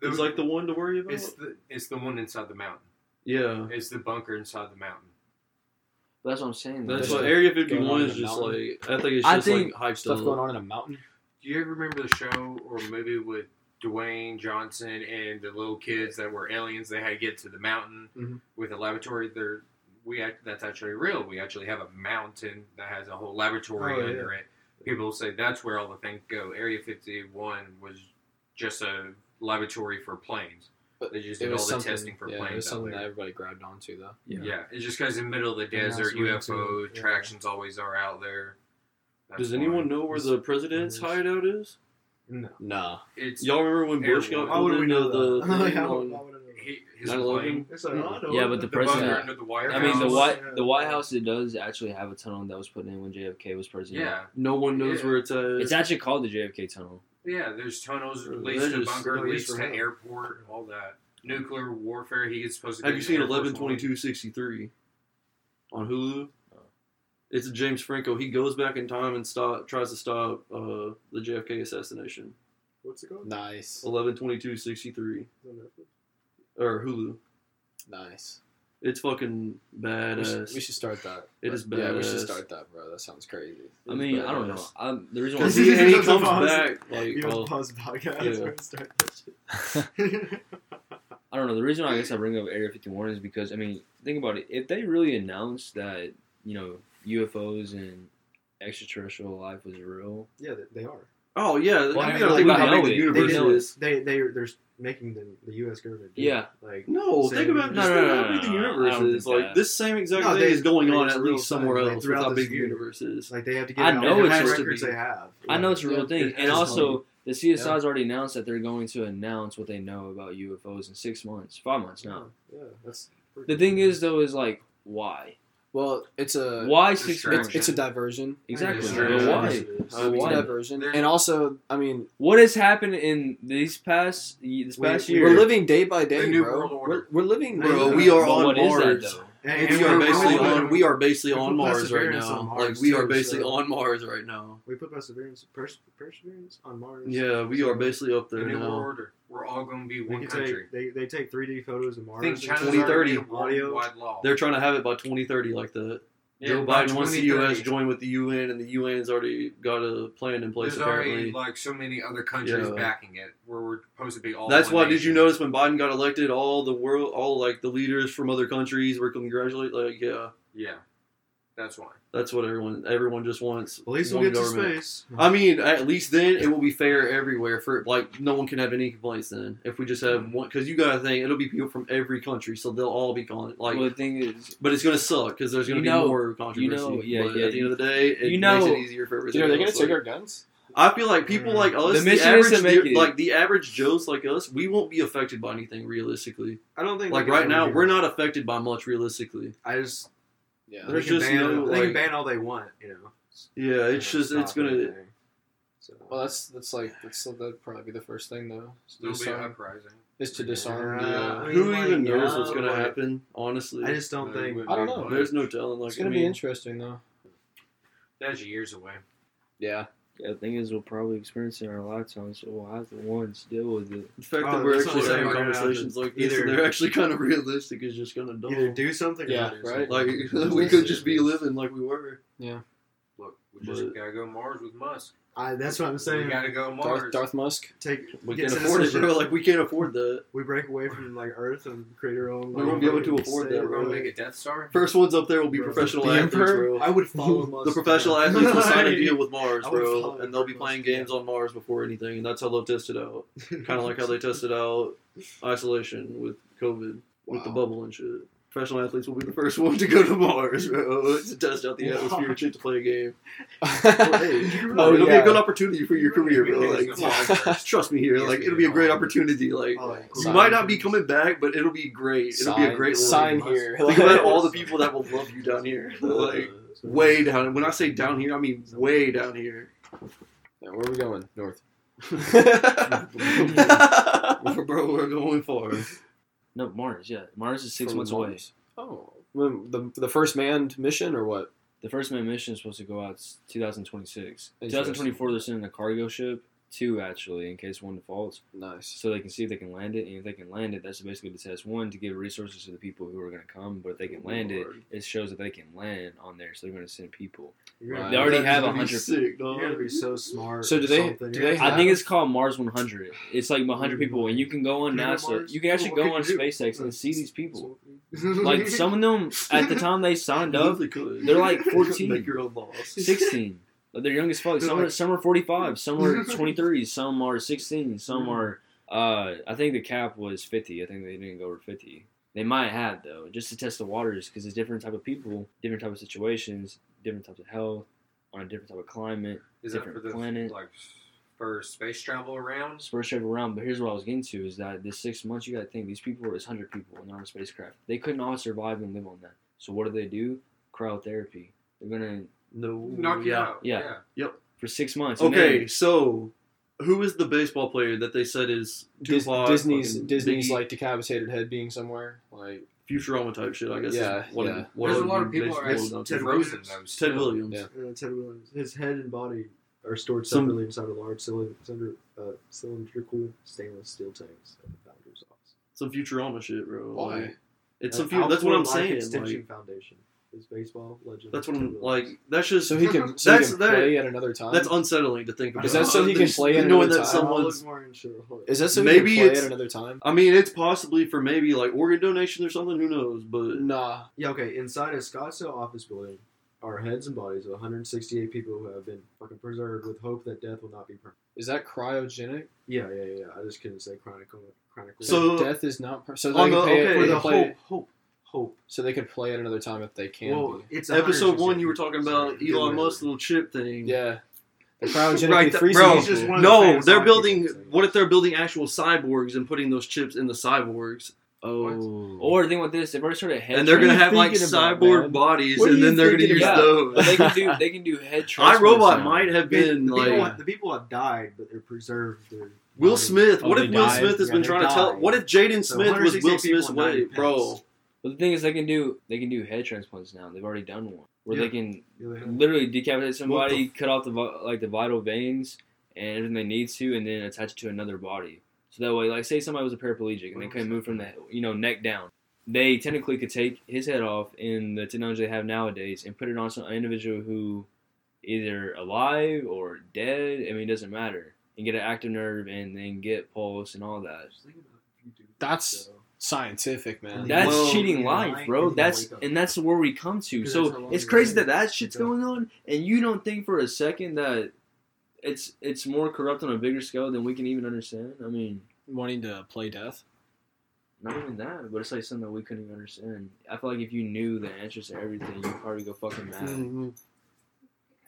[SPEAKER 8] It
[SPEAKER 3] is like the one to worry about.
[SPEAKER 8] It's the it's the one inside the mountain.
[SPEAKER 3] yeah,
[SPEAKER 8] It's the bunker inside the mountain.
[SPEAKER 4] that's what I'm saying.
[SPEAKER 3] that's
[SPEAKER 1] There's
[SPEAKER 3] why
[SPEAKER 1] stuff
[SPEAKER 3] Area
[SPEAKER 1] going on
[SPEAKER 3] 51
[SPEAKER 1] in
[SPEAKER 3] is
[SPEAKER 1] the
[SPEAKER 3] just
[SPEAKER 1] mountain.
[SPEAKER 3] like I think it's
[SPEAKER 4] I
[SPEAKER 3] just
[SPEAKER 4] think
[SPEAKER 3] like hyped
[SPEAKER 1] Stuff
[SPEAKER 3] up.
[SPEAKER 1] going on in a mountain.
[SPEAKER 8] Do you ever remember the show or movie with Dwayne Johnson and the little kids that were aliens? They had to get to the mountain
[SPEAKER 1] Mhm.
[SPEAKER 8] with a laboratory. There, we act, that's actually real. We actually have a mountain that has a whole laboratory
[SPEAKER 5] Oh, yeah.
[SPEAKER 8] under it. People say that's where all the things go. Area fifty one was just a laboratory for planes.
[SPEAKER 1] But
[SPEAKER 8] they just
[SPEAKER 1] It
[SPEAKER 8] did all
[SPEAKER 1] was
[SPEAKER 8] the
[SPEAKER 1] something.
[SPEAKER 8] testing for
[SPEAKER 1] yeah, it was
[SPEAKER 8] planes out
[SPEAKER 1] something
[SPEAKER 8] there.
[SPEAKER 1] that everybody grabbed onto though.
[SPEAKER 4] Yeah.
[SPEAKER 8] yeah. it's just because in the middle of the
[SPEAKER 1] And that's
[SPEAKER 8] desert,
[SPEAKER 1] weird,
[SPEAKER 8] UFO
[SPEAKER 1] too. Yeah.
[SPEAKER 8] attractions always are out there. That's
[SPEAKER 3] Does
[SPEAKER 8] why.
[SPEAKER 3] anyone know where the president's hideout is?
[SPEAKER 5] No.
[SPEAKER 1] Nah.
[SPEAKER 8] It's
[SPEAKER 3] Y'all remember when Bush got
[SPEAKER 8] Air Force. How
[SPEAKER 3] pulled into the
[SPEAKER 5] Like,
[SPEAKER 3] thing
[SPEAKER 5] how-
[SPEAKER 3] on-
[SPEAKER 5] how would I know that?
[SPEAKER 8] he, his
[SPEAKER 3] 9/11?
[SPEAKER 8] plane,
[SPEAKER 5] It's like, oh, no,
[SPEAKER 4] Yeah, but the
[SPEAKER 8] the buzzer
[SPEAKER 4] president-
[SPEAKER 8] under the White
[SPEAKER 4] I mean, the
[SPEAKER 8] House.
[SPEAKER 4] White the White House it does actually have a tunnel that was put in when JFK was president.
[SPEAKER 8] Yeah,
[SPEAKER 3] No one knows
[SPEAKER 8] Yeah.
[SPEAKER 3] where it's at.
[SPEAKER 4] It's actually called the JFK tunnel.
[SPEAKER 8] yeah. There's tunnels,
[SPEAKER 3] There's
[SPEAKER 8] leads to
[SPEAKER 3] just-
[SPEAKER 8] bunker,
[SPEAKER 5] there's
[SPEAKER 8] leads to
[SPEAKER 5] around.
[SPEAKER 8] airport, all that. Nuclear warfare. He is supposed to.
[SPEAKER 3] Have
[SPEAKER 8] get
[SPEAKER 3] you
[SPEAKER 8] in
[SPEAKER 3] seen
[SPEAKER 8] Air Force
[SPEAKER 3] eleven
[SPEAKER 8] One.
[SPEAKER 3] twenty two sixty three on Hulu?
[SPEAKER 4] No.
[SPEAKER 3] It's James Franco. He goes back in time and stop tries to stop uh, the JFK assassination.
[SPEAKER 5] What's it called?
[SPEAKER 2] Nice.
[SPEAKER 3] Eleven twenty two sixty three or Hulu.
[SPEAKER 2] Nice.
[SPEAKER 3] It's fucking
[SPEAKER 2] We should,
[SPEAKER 3] badass.
[SPEAKER 2] we should start that.
[SPEAKER 3] it is badass.
[SPEAKER 2] Yeah, we should start that, bro. That sounds crazy.
[SPEAKER 4] I mean, I don't know.
[SPEAKER 3] Badass.
[SPEAKER 4] i the reason why
[SPEAKER 3] Because
[SPEAKER 5] Cause
[SPEAKER 3] he, and he
[SPEAKER 5] That's
[SPEAKER 3] comes
[SPEAKER 5] awesome.
[SPEAKER 3] back like
[SPEAKER 5] You have to
[SPEAKER 3] all,
[SPEAKER 5] pause the podcast
[SPEAKER 3] Yeah.
[SPEAKER 5] or start that shit.
[SPEAKER 4] I don't know. The reason why I guess I bring up Area 51 is because I mean, think about it. If they really announced that you know UFOs and extraterrestrial life was real,
[SPEAKER 5] yeah, they- they are.
[SPEAKER 3] Oh yeah,
[SPEAKER 4] Well,
[SPEAKER 3] I
[SPEAKER 5] I
[SPEAKER 3] mean, gotta
[SPEAKER 5] mean, like,
[SPEAKER 3] think
[SPEAKER 5] we
[SPEAKER 3] about how
[SPEAKER 4] know
[SPEAKER 3] big the
[SPEAKER 4] it. They
[SPEAKER 3] universe
[SPEAKER 4] know it.
[SPEAKER 3] is.
[SPEAKER 5] They they they're making the, the U.S. government. Do it.
[SPEAKER 4] Yeah.
[SPEAKER 5] like
[SPEAKER 3] No,
[SPEAKER 5] Same
[SPEAKER 3] think about
[SPEAKER 5] universe.
[SPEAKER 3] just
[SPEAKER 4] No, no, no,
[SPEAKER 3] think about how
[SPEAKER 4] no, no,
[SPEAKER 3] big the
[SPEAKER 4] no. I
[SPEAKER 3] universe
[SPEAKER 4] don't
[SPEAKER 3] is.
[SPEAKER 4] think
[SPEAKER 3] Like
[SPEAKER 4] that.
[SPEAKER 3] this same exact
[SPEAKER 5] No,
[SPEAKER 3] thing
[SPEAKER 5] they-
[SPEAKER 3] is going
[SPEAKER 5] they
[SPEAKER 3] on
[SPEAKER 5] just
[SPEAKER 3] at
[SPEAKER 5] real
[SPEAKER 3] least somewhere
[SPEAKER 5] time, like,
[SPEAKER 3] else with
[SPEAKER 5] throughout
[SPEAKER 3] how
[SPEAKER 5] this
[SPEAKER 3] big the
[SPEAKER 5] year.
[SPEAKER 3] universe is.
[SPEAKER 5] it's like they have to get.
[SPEAKER 4] I
[SPEAKER 5] out
[SPEAKER 4] know
[SPEAKER 5] the
[SPEAKER 4] it's
[SPEAKER 5] highest
[SPEAKER 4] supposed to
[SPEAKER 5] records
[SPEAKER 3] be-
[SPEAKER 5] they have.
[SPEAKER 4] I know it's a
[SPEAKER 5] Yeah.
[SPEAKER 4] real thing.
[SPEAKER 5] It
[SPEAKER 4] And
[SPEAKER 5] has
[SPEAKER 4] also,
[SPEAKER 5] money.
[SPEAKER 4] the CSI's already announced that they're going to announce what they know about UFOs in six months, five months now.
[SPEAKER 5] Yeah, that's
[SPEAKER 4] The thing is, though, is like why?
[SPEAKER 2] Well, it's a
[SPEAKER 4] Why six
[SPEAKER 2] Uh,
[SPEAKER 4] months?
[SPEAKER 2] it's,
[SPEAKER 8] distraction.
[SPEAKER 2] it's a diversion.
[SPEAKER 4] Exactly.
[SPEAKER 8] Yeah.
[SPEAKER 4] But why?
[SPEAKER 2] Uh, it's a
[SPEAKER 4] Why?
[SPEAKER 2] diversion.
[SPEAKER 8] There's-
[SPEAKER 2] And also, I mean,
[SPEAKER 4] What has happened in these past y- this
[SPEAKER 5] We-
[SPEAKER 4] past
[SPEAKER 5] we
[SPEAKER 4] year?
[SPEAKER 2] we're living day by day,
[SPEAKER 8] The new
[SPEAKER 2] bro.
[SPEAKER 8] world order.
[SPEAKER 2] We're, we're living,
[SPEAKER 5] Bro,
[SPEAKER 2] day-
[SPEAKER 5] we
[SPEAKER 3] are
[SPEAKER 4] But
[SPEAKER 3] on
[SPEAKER 4] what is
[SPEAKER 3] Mars.
[SPEAKER 4] that though?
[SPEAKER 5] And,
[SPEAKER 3] We
[SPEAKER 5] and
[SPEAKER 3] are
[SPEAKER 5] we're
[SPEAKER 3] basically
[SPEAKER 5] all-
[SPEAKER 3] on. We are basically
[SPEAKER 5] We
[SPEAKER 3] on
[SPEAKER 5] put
[SPEAKER 3] Mars right
[SPEAKER 5] Perseverance
[SPEAKER 3] now.
[SPEAKER 5] on
[SPEAKER 3] Like
[SPEAKER 5] Mars,
[SPEAKER 3] we are
[SPEAKER 5] too,
[SPEAKER 3] basically
[SPEAKER 5] so-
[SPEAKER 3] on Mars right now.
[SPEAKER 5] We put perseverance, pers- perseverance on Mars.
[SPEAKER 3] Yeah, we are basically up
[SPEAKER 8] The
[SPEAKER 3] there
[SPEAKER 8] new world
[SPEAKER 3] now.
[SPEAKER 8] order. We're all going to be
[SPEAKER 5] They,
[SPEAKER 8] one
[SPEAKER 5] could
[SPEAKER 8] country.
[SPEAKER 5] take, they, they take 3D photos of
[SPEAKER 8] I
[SPEAKER 5] Mars.
[SPEAKER 8] think
[SPEAKER 5] and
[SPEAKER 8] China's
[SPEAKER 3] 2030
[SPEAKER 8] already a
[SPEAKER 5] audio.
[SPEAKER 8] worldwide law.
[SPEAKER 3] They're trying to have it by 2030, like that.
[SPEAKER 8] Yeah,
[SPEAKER 3] Joe
[SPEAKER 8] by
[SPEAKER 3] Biden wants the U.S.
[SPEAKER 8] 2030.
[SPEAKER 3] join with the UN, and the UN's already got a plan in place.
[SPEAKER 8] There's already
[SPEAKER 3] apparently,
[SPEAKER 8] like so many other countries
[SPEAKER 3] Yeah.
[SPEAKER 8] backing it, where we're supposed to be all.
[SPEAKER 3] That's
[SPEAKER 8] one
[SPEAKER 3] why. Did
[SPEAKER 8] nation.
[SPEAKER 3] you notice when Biden got elected, all the world, all like the leaders from other countries were congratulate. Like, yeah,
[SPEAKER 8] Yeah, that's why.
[SPEAKER 3] that's what everyone. Everyone just wants.
[SPEAKER 5] At least we'll
[SPEAKER 3] one
[SPEAKER 5] get
[SPEAKER 3] government.
[SPEAKER 5] to space.
[SPEAKER 3] I mean, at least then it will be fair everywhere. For like, no one can have any complaints then. If we just have one, because you got to think it'll be people from every country, so they'll all be calling it. Like,
[SPEAKER 4] well, the thing is,
[SPEAKER 3] but it's gonna suck because there's gonna
[SPEAKER 4] You
[SPEAKER 3] be
[SPEAKER 4] know-
[SPEAKER 3] more controversy.
[SPEAKER 4] know- yeah,
[SPEAKER 3] but
[SPEAKER 4] yeah,
[SPEAKER 3] At the end of the day, it
[SPEAKER 4] you know-
[SPEAKER 3] makes it easier for everything.
[SPEAKER 2] dude, are they gonna
[SPEAKER 3] else.
[SPEAKER 2] take
[SPEAKER 3] Like,
[SPEAKER 2] our guns?
[SPEAKER 3] I feel like people like us,
[SPEAKER 4] The
[SPEAKER 3] the,
[SPEAKER 4] mission is
[SPEAKER 3] average,
[SPEAKER 4] to make it-
[SPEAKER 3] like the average Joes like us, we won't be affected by anything realistically.
[SPEAKER 5] I don't think
[SPEAKER 3] Like
[SPEAKER 5] they can
[SPEAKER 3] right
[SPEAKER 5] do
[SPEAKER 3] now,
[SPEAKER 5] that.
[SPEAKER 3] we're not affected by much realistically.
[SPEAKER 5] I just
[SPEAKER 2] Yeah.
[SPEAKER 5] they
[SPEAKER 3] There's
[SPEAKER 5] can
[SPEAKER 3] just
[SPEAKER 5] ban,
[SPEAKER 3] no,
[SPEAKER 5] they
[SPEAKER 3] like-
[SPEAKER 5] can ban all they want. You know,
[SPEAKER 3] Yeah, it's just
[SPEAKER 5] Stop
[SPEAKER 3] it's gonna.
[SPEAKER 5] everything. So,
[SPEAKER 2] Well, that's that's like that's that'd probably be the first thing though. Is to
[SPEAKER 8] There'll be an
[SPEAKER 2] disarm,
[SPEAKER 8] uprising.
[SPEAKER 2] is to disarm the.
[SPEAKER 5] Yeah.
[SPEAKER 2] Uh,
[SPEAKER 5] I mean,
[SPEAKER 3] Who
[SPEAKER 5] like,
[SPEAKER 3] even knows what's
[SPEAKER 5] yeah,
[SPEAKER 3] gonna
[SPEAKER 5] like-
[SPEAKER 3] happen? Honestly,
[SPEAKER 5] I just don't
[SPEAKER 8] They
[SPEAKER 5] think.
[SPEAKER 8] wouldn't
[SPEAKER 2] I don't
[SPEAKER 8] be
[SPEAKER 2] know.
[SPEAKER 8] much.
[SPEAKER 3] there's no telling. Like
[SPEAKER 2] it's gonna
[SPEAKER 3] I
[SPEAKER 2] be
[SPEAKER 3] mean,
[SPEAKER 2] interesting though.
[SPEAKER 8] That's years away.
[SPEAKER 2] Yeah.
[SPEAKER 4] yeah, the thing is, we'll probably experience it in our lifetimes, so we'll have to once deal with it.
[SPEAKER 3] The fact that
[SPEAKER 5] Oh,
[SPEAKER 3] we're
[SPEAKER 5] that's
[SPEAKER 3] actually
[SPEAKER 5] what
[SPEAKER 3] having
[SPEAKER 5] I'm gonna
[SPEAKER 3] conversations
[SPEAKER 5] have to-
[SPEAKER 3] like this, and
[SPEAKER 5] either-
[SPEAKER 3] they're actually kind of realistic, is just kind of dull.
[SPEAKER 5] Either do something.
[SPEAKER 2] Yeah,
[SPEAKER 5] or do
[SPEAKER 2] right?
[SPEAKER 3] Like
[SPEAKER 5] something.
[SPEAKER 3] we could just be living like we were.
[SPEAKER 8] Look, we just
[SPEAKER 3] But-
[SPEAKER 8] gotta go Mars with Musk.
[SPEAKER 5] I, that's what I'm
[SPEAKER 8] We
[SPEAKER 5] saying.
[SPEAKER 8] gotta go Mars.
[SPEAKER 2] Darth, Darth Musk.
[SPEAKER 5] Take
[SPEAKER 3] We
[SPEAKER 5] get
[SPEAKER 3] can't afford it,
[SPEAKER 5] citizenship.
[SPEAKER 3] bro. Like we can't afford that.
[SPEAKER 5] We break away from like Earth and create our own.
[SPEAKER 3] We
[SPEAKER 5] Like,
[SPEAKER 3] won't be able to
[SPEAKER 5] fucking
[SPEAKER 3] afford
[SPEAKER 5] state,
[SPEAKER 3] that,
[SPEAKER 8] We're
[SPEAKER 5] bro.
[SPEAKER 8] gonna make a Death Star.
[SPEAKER 3] First ones up there will be
[SPEAKER 5] Bro.
[SPEAKER 3] professional
[SPEAKER 2] The
[SPEAKER 3] athletes,
[SPEAKER 2] Emperor?
[SPEAKER 3] bro.
[SPEAKER 5] I would follow Musk.
[SPEAKER 3] The professional
[SPEAKER 5] down.
[SPEAKER 3] athletes will sign a deal with Mars,
[SPEAKER 5] I would
[SPEAKER 3] bro,
[SPEAKER 5] follow
[SPEAKER 3] and they'll be
[SPEAKER 5] Elon
[SPEAKER 3] playing
[SPEAKER 5] Musk,
[SPEAKER 3] games
[SPEAKER 5] yeah.
[SPEAKER 3] on Mars before anything, and that's how they'll test it out. Kind of like how they tested out isolation with COVID, with the
[SPEAKER 2] Wow.
[SPEAKER 3] bubble and shit. Professional athletes will be the first one to go to Mars, bro, to test out the atmosphere and shit to play a game. Well, hey,
[SPEAKER 2] Oh,
[SPEAKER 3] it'll be
[SPEAKER 2] yeah.
[SPEAKER 3] a good opportunity for your career,
[SPEAKER 8] We
[SPEAKER 3] bro.
[SPEAKER 8] can
[SPEAKER 3] Like,
[SPEAKER 8] just go Mars first.
[SPEAKER 3] trust me here. Like, it'll be a great opportunity. Like,
[SPEAKER 5] Oh, like,
[SPEAKER 3] you might not be coming back, but it'll be great. It'll be a
[SPEAKER 2] Sign-
[SPEAKER 3] great
[SPEAKER 2] sign
[SPEAKER 3] little-
[SPEAKER 2] here. Uh,
[SPEAKER 3] Think about all the people that will love you down here. Like, way down. When I say down here, I mean way down here.
[SPEAKER 2] Yeah, where are we going? North.
[SPEAKER 3] Bro, bro, we're going far.
[SPEAKER 4] No, Mars. Yeah, Mars is six
[SPEAKER 2] From
[SPEAKER 4] months away.
[SPEAKER 2] Mars. Oh, when the the first manned mission or what?
[SPEAKER 4] The first man mission is supposed to go out s- 2026.
[SPEAKER 2] Interesting.
[SPEAKER 4] 2024, they're sending a cargo ship, two actually, in case one defaults,
[SPEAKER 2] Nice.
[SPEAKER 4] so they can see if they can land it. And if they can land it, that's basically the test one to give resources to the people who are going to come. But if they can land it,
[SPEAKER 3] Lord.
[SPEAKER 4] it shows that they can land on there, so they're going to send people.
[SPEAKER 5] You're
[SPEAKER 2] Right.
[SPEAKER 5] gonna
[SPEAKER 4] They already
[SPEAKER 5] be-
[SPEAKER 4] have
[SPEAKER 3] That'd be
[SPEAKER 4] 100
[SPEAKER 3] sick, dog.
[SPEAKER 5] You're gonna be so smart.
[SPEAKER 2] So do
[SPEAKER 5] or
[SPEAKER 2] they-
[SPEAKER 5] something.
[SPEAKER 2] do
[SPEAKER 5] You're
[SPEAKER 2] they
[SPEAKER 5] gonna
[SPEAKER 4] I think
[SPEAKER 5] have-
[SPEAKER 4] it's called Mars 100. It's like 100 people, and you can go on
[SPEAKER 5] Can you go to
[SPEAKER 4] NASA.
[SPEAKER 5] Mars?
[SPEAKER 4] You can actually
[SPEAKER 5] What
[SPEAKER 4] go
[SPEAKER 5] can
[SPEAKER 4] on
[SPEAKER 5] you do?
[SPEAKER 4] SpaceX and see these people. Like
[SPEAKER 5] like
[SPEAKER 4] some of them, at the time they signed up,
[SPEAKER 3] Literally could.
[SPEAKER 4] they're like 14.
[SPEAKER 3] Make your own laws.
[SPEAKER 4] 16. Like, They're young as fuck.
[SPEAKER 5] They're
[SPEAKER 4] Some, are,
[SPEAKER 5] like-
[SPEAKER 4] some are 45, some are 23, some are 16,
[SPEAKER 3] Mm-hmm.
[SPEAKER 4] some are. Uh, I think the cap was 50. I think they didn't go over 50. They might have though, just to test the waters, because it's different type of people, different type of situations, different types of health, on a different type of climate.
[SPEAKER 8] Is that for
[SPEAKER 4] different
[SPEAKER 8] the
[SPEAKER 4] planet.
[SPEAKER 8] like for space travel around.
[SPEAKER 4] Spurs travel around, but here's what I was getting to is that this six months you gotta think these people were it's hundred people and not a spacecraft. They couldn't all survive and live on that. So what do they do? Cryotherapy. They're gonna
[SPEAKER 5] No.
[SPEAKER 8] Knock you
[SPEAKER 3] yeah.
[SPEAKER 8] out.
[SPEAKER 4] Yeah.
[SPEAKER 8] yeah.
[SPEAKER 4] for six months. and
[SPEAKER 3] Okay,
[SPEAKER 4] then-
[SPEAKER 3] so who is the baseball player that they said is
[SPEAKER 2] Dis-
[SPEAKER 3] Tupac,
[SPEAKER 2] Disney's
[SPEAKER 3] fucking
[SPEAKER 2] Disney's
[SPEAKER 3] Biggie,
[SPEAKER 2] like decapitated head being somewhere. Like
[SPEAKER 3] Futurama type shit? I guess. is
[SPEAKER 2] Yeah,
[SPEAKER 3] what
[SPEAKER 2] yeah.
[SPEAKER 3] it- what
[SPEAKER 8] There's
[SPEAKER 3] it
[SPEAKER 8] a lot of people
[SPEAKER 3] basically
[SPEAKER 8] are-
[SPEAKER 3] boils down to.
[SPEAKER 8] Ted
[SPEAKER 3] Ted
[SPEAKER 8] Rosen
[SPEAKER 3] Williams.
[SPEAKER 8] knows.
[SPEAKER 3] Ted Williams.
[SPEAKER 2] Yeah.
[SPEAKER 5] Uh, Ted Williams. His head and body are stored
[SPEAKER 3] Some-
[SPEAKER 5] separately inside a large cylinder, uh, cylindrical stainless steel tanks at the founder's office.
[SPEAKER 3] Some Futurama shit, bro.
[SPEAKER 2] Why?
[SPEAKER 3] Like, it's
[SPEAKER 5] Uh,
[SPEAKER 3] some. Fu- that's what I'm
[SPEAKER 5] Outdoor Life
[SPEAKER 3] saying.
[SPEAKER 5] Extension
[SPEAKER 3] Like,
[SPEAKER 5] Foundation is baseball legend.
[SPEAKER 3] that's
[SPEAKER 5] of
[SPEAKER 3] what
[SPEAKER 5] Ted
[SPEAKER 3] I'm
[SPEAKER 5] Williams.
[SPEAKER 3] like. That's just.
[SPEAKER 2] so he can so
[SPEAKER 3] That's-
[SPEAKER 2] he can
[SPEAKER 3] that-
[SPEAKER 2] play at another time.
[SPEAKER 3] That's unsettling to think about.
[SPEAKER 5] Is that so he
[SPEAKER 2] can play at
[SPEAKER 3] knowing
[SPEAKER 2] another
[SPEAKER 3] that
[SPEAKER 2] time?
[SPEAKER 5] I'll
[SPEAKER 3] someone's
[SPEAKER 5] look more into it. Hold on.
[SPEAKER 2] is that so
[SPEAKER 3] Maybe
[SPEAKER 2] he can play
[SPEAKER 3] it's-
[SPEAKER 2] at another time?
[SPEAKER 3] I mean, it's possibly for maybe like organ donation or something. Who knows? But
[SPEAKER 2] Nah.
[SPEAKER 5] Yeah, okay. Inside a Scottsdale office building are heads and bodies of 168 people who have been fucking preserved with hope that death will not be permanent.
[SPEAKER 2] Is that cryogenic?
[SPEAKER 5] Yeah, yeah, yeah. I just couldn't say chronic. chronic
[SPEAKER 3] So-
[SPEAKER 2] death is not per- so
[SPEAKER 3] On
[SPEAKER 2] they
[SPEAKER 3] the-
[SPEAKER 2] can pay
[SPEAKER 3] okay,
[SPEAKER 2] it,
[SPEAKER 5] for
[SPEAKER 2] they
[SPEAKER 5] the
[SPEAKER 2] can play
[SPEAKER 5] hope, hope, hope.
[SPEAKER 2] so they could play at another time if they can.
[SPEAKER 5] Well, it's
[SPEAKER 3] episode
[SPEAKER 5] 168
[SPEAKER 3] one, you were talking about
[SPEAKER 5] people.
[SPEAKER 3] Elon
[SPEAKER 5] Good
[SPEAKER 3] Musk's
[SPEAKER 5] word.
[SPEAKER 3] little chip thing.
[SPEAKER 2] be. Yeah, the cryogenically
[SPEAKER 3] Right, th-
[SPEAKER 2] freezing.
[SPEAKER 3] bro,
[SPEAKER 2] people.
[SPEAKER 5] he's just one of the
[SPEAKER 3] No,
[SPEAKER 5] famous
[SPEAKER 3] they're
[SPEAKER 5] side people
[SPEAKER 3] building.
[SPEAKER 5] saying
[SPEAKER 3] What
[SPEAKER 5] that.
[SPEAKER 3] if they're building actual cyborgs and putting those chips in the cyborgs?
[SPEAKER 1] Oh,
[SPEAKER 4] Or the thing with this, they've already started head.
[SPEAKER 3] and they're
[SPEAKER 4] trans-
[SPEAKER 3] gonna have like
[SPEAKER 1] thinking about,
[SPEAKER 3] cyborg
[SPEAKER 1] man?
[SPEAKER 3] bodies,
[SPEAKER 1] What are
[SPEAKER 3] and
[SPEAKER 1] you
[SPEAKER 3] then they're gonna
[SPEAKER 1] thinking
[SPEAKER 3] use
[SPEAKER 4] about?
[SPEAKER 3] those.
[SPEAKER 4] But they can do they can do head
[SPEAKER 3] I
[SPEAKER 4] transplants.
[SPEAKER 3] Robot
[SPEAKER 4] now.
[SPEAKER 3] might have
[SPEAKER 5] The-
[SPEAKER 3] been
[SPEAKER 5] the, people,
[SPEAKER 3] like
[SPEAKER 5] the people have died, but they're preserved. They're
[SPEAKER 3] Will Smith.
[SPEAKER 1] Oh,
[SPEAKER 3] What
[SPEAKER 1] they
[SPEAKER 3] if Will
[SPEAKER 1] died?
[SPEAKER 3] Smith has
[SPEAKER 5] Yeah,
[SPEAKER 3] been
[SPEAKER 5] they
[SPEAKER 3] trying to tell?
[SPEAKER 5] died.
[SPEAKER 3] What if Jaden
[SPEAKER 5] So
[SPEAKER 3] Smith was
[SPEAKER 5] 168
[SPEAKER 3] Will Smith's
[SPEAKER 5] people,
[SPEAKER 3] way,
[SPEAKER 5] 90
[SPEAKER 3] bro?
[SPEAKER 5] pounds.
[SPEAKER 4] But the thing is, they can do they can do head transplants now. They've already done one where
[SPEAKER 5] Yeah.
[SPEAKER 4] they can
[SPEAKER 5] Yeah, they have-
[SPEAKER 4] literally decapitate somebody, cut off the vi- like the vital veins and everything they need to, and then attach it to another body. So that way, like say somebody was a paraplegic and they couldn't move from the you know neck down, they technically could take his head off in the technology they have nowadays and put it on some individual who either alive or dead. I mean, it doesn't matter. And get an active nerve and then get pulse and all that.
[SPEAKER 5] Just think about if you do that,
[SPEAKER 2] That's
[SPEAKER 5] though.
[SPEAKER 2] scientific, man.
[SPEAKER 4] That's
[SPEAKER 3] Well,
[SPEAKER 4] cheating
[SPEAKER 5] yeah,
[SPEAKER 4] life,
[SPEAKER 5] I-
[SPEAKER 4] bro.
[SPEAKER 5] I
[SPEAKER 4] That's
[SPEAKER 5] wake up.
[SPEAKER 4] and that's where we come to.
[SPEAKER 5] Because that's how
[SPEAKER 4] So
[SPEAKER 5] long
[SPEAKER 4] it's
[SPEAKER 5] it
[SPEAKER 4] crazy that
[SPEAKER 5] takes.
[SPEAKER 4] that shit's
[SPEAKER 5] It does.
[SPEAKER 4] going on, and you don't think for a second that it's it's more corrupt on a bigger scale than we can even understand. I mean,
[SPEAKER 1] wanting to play death.
[SPEAKER 4] not even that, but it's like something that we couldn't even understand. I feel like if you knew the answers to everything, you'd probably go fucking mad.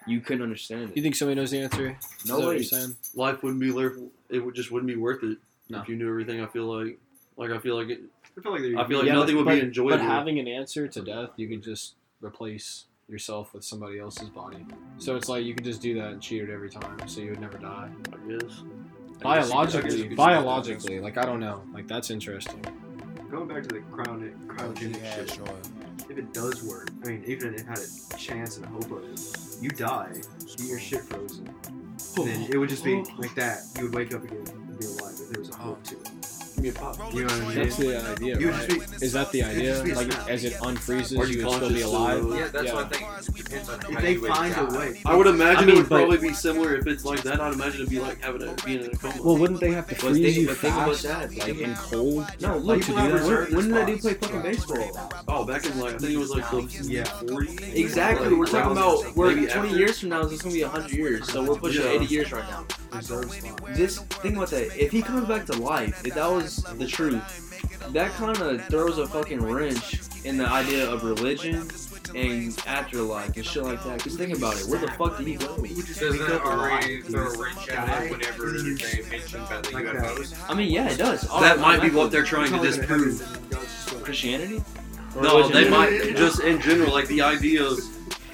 [SPEAKER 4] You couldn't understand
[SPEAKER 1] You
[SPEAKER 4] it.
[SPEAKER 1] think somebody knows the answer? Is that what
[SPEAKER 4] Nobody.
[SPEAKER 1] you're saying?
[SPEAKER 3] Life wouldn't be worth. It would just wouldn't be worth it
[SPEAKER 1] No.
[SPEAKER 3] if you knew everything. I feel like, like I feel like it.
[SPEAKER 5] I feel like they're
[SPEAKER 3] I feel like
[SPEAKER 1] Yeah,
[SPEAKER 3] nothing
[SPEAKER 1] but-
[SPEAKER 3] would be enjoyable.
[SPEAKER 1] But having an answer to death, you could just replace yourself with somebody else's body. So it's like you could just do that and cheat it every time, so you would never die.
[SPEAKER 3] I guess. I guess you
[SPEAKER 1] Biologically,
[SPEAKER 3] could-
[SPEAKER 1] biologically, like I don't know, like that's interesting.
[SPEAKER 5] going back to the chronic cryogenic shit. If it does work, I mean, even if it had a chance and a hope of it, you die, get your shit frozen, and then it would just be like that. You would wake up again and be alive if there was a hope to it. You know what I mean?
[SPEAKER 1] That's the idea,
[SPEAKER 5] You would
[SPEAKER 1] right?
[SPEAKER 5] just
[SPEAKER 1] Is that the idea? Like, as it
[SPEAKER 3] Or
[SPEAKER 1] unfreezes,
[SPEAKER 3] you
[SPEAKER 1] you would still
[SPEAKER 3] conscious
[SPEAKER 1] be alive.
[SPEAKER 3] still-
[SPEAKER 8] Yeah, that's
[SPEAKER 1] Yeah.
[SPEAKER 8] what I think. It depends on
[SPEAKER 5] be.
[SPEAKER 8] how
[SPEAKER 5] If they
[SPEAKER 8] you would
[SPEAKER 5] find
[SPEAKER 8] die.
[SPEAKER 5] a way,
[SPEAKER 3] I would imagine
[SPEAKER 1] I mean,
[SPEAKER 3] it would
[SPEAKER 1] but-
[SPEAKER 3] probably be similar if it's like that. I'd imagine it'd be like having a being in a coma.
[SPEAKER 1] Well, wouldn't they have to
[SPEAKER 4] But think,
[SPEAKER 1] freeze you
[SPEAKER 4] but think about
[SPEAKER 1] fast,
[SPEAKER 4] that. Like,
[SPEAKER 1] like in cold?
[SPEAKER 4] no, look,
[SPEAKER 1] Like, to do
[SPEAKER 4] when,
[SPEAKER 1] that?
[SPEAKER 4] when, when did I do play fucking baseball?
[SPEAKER 3] oh, back in like I think it was like the
[SPEAKER 5] Yeah.
[SPEAKER 3] 40s.
[SPEAKER 4] Exactly,
[SPEAKER 3] Like,
[SPEAKER 4] we're talking
[SPEAKER 3] around
[SPEAKER 4] about we're
[SPEAKER 3] maybe
[SPEAKER 4] 20
[SPEAKER 3] after-
[SPEAKER 4] years from now. This is gonna be 100 years, so we're pushing
[SPEAKER 3] Yeah.
[SPEAKER 4] 80 years right now.
[SPEAKER 5] deserves fine.
[SPEAKER 4] This thing about that, if he comes back to life, if that was the truth, that kind of throws a fucking wrench in the idea of religion and afterlife and shit like that. Cause think about it, where the fuck did he go?
[SPEAKER 8] Doesn't that already throw a wrench at
[SPEAKER 5] Die.
[SPEAKER 8] it whenever they mention about the
[SPEAKER 5] Like that.
[SPEAKER 8] UFOs?
[SPEAKER 4] I mean, yeah, it does.
[SPEAKER 3] That might be
[SPEAKER 4] automatically.
[SPEAKER 3] what they're trying to
[SPEAKER 5] It's all gonna
[SPEAKER 3] disprove.
[SPEAKER 5] happen. God's just like-
[SPEAKER 4] Christianity. Or
[SPEAKER 3] No,
[SPEAKER 4] religion?
[SPEAKER 3] they might just in general, like the idea of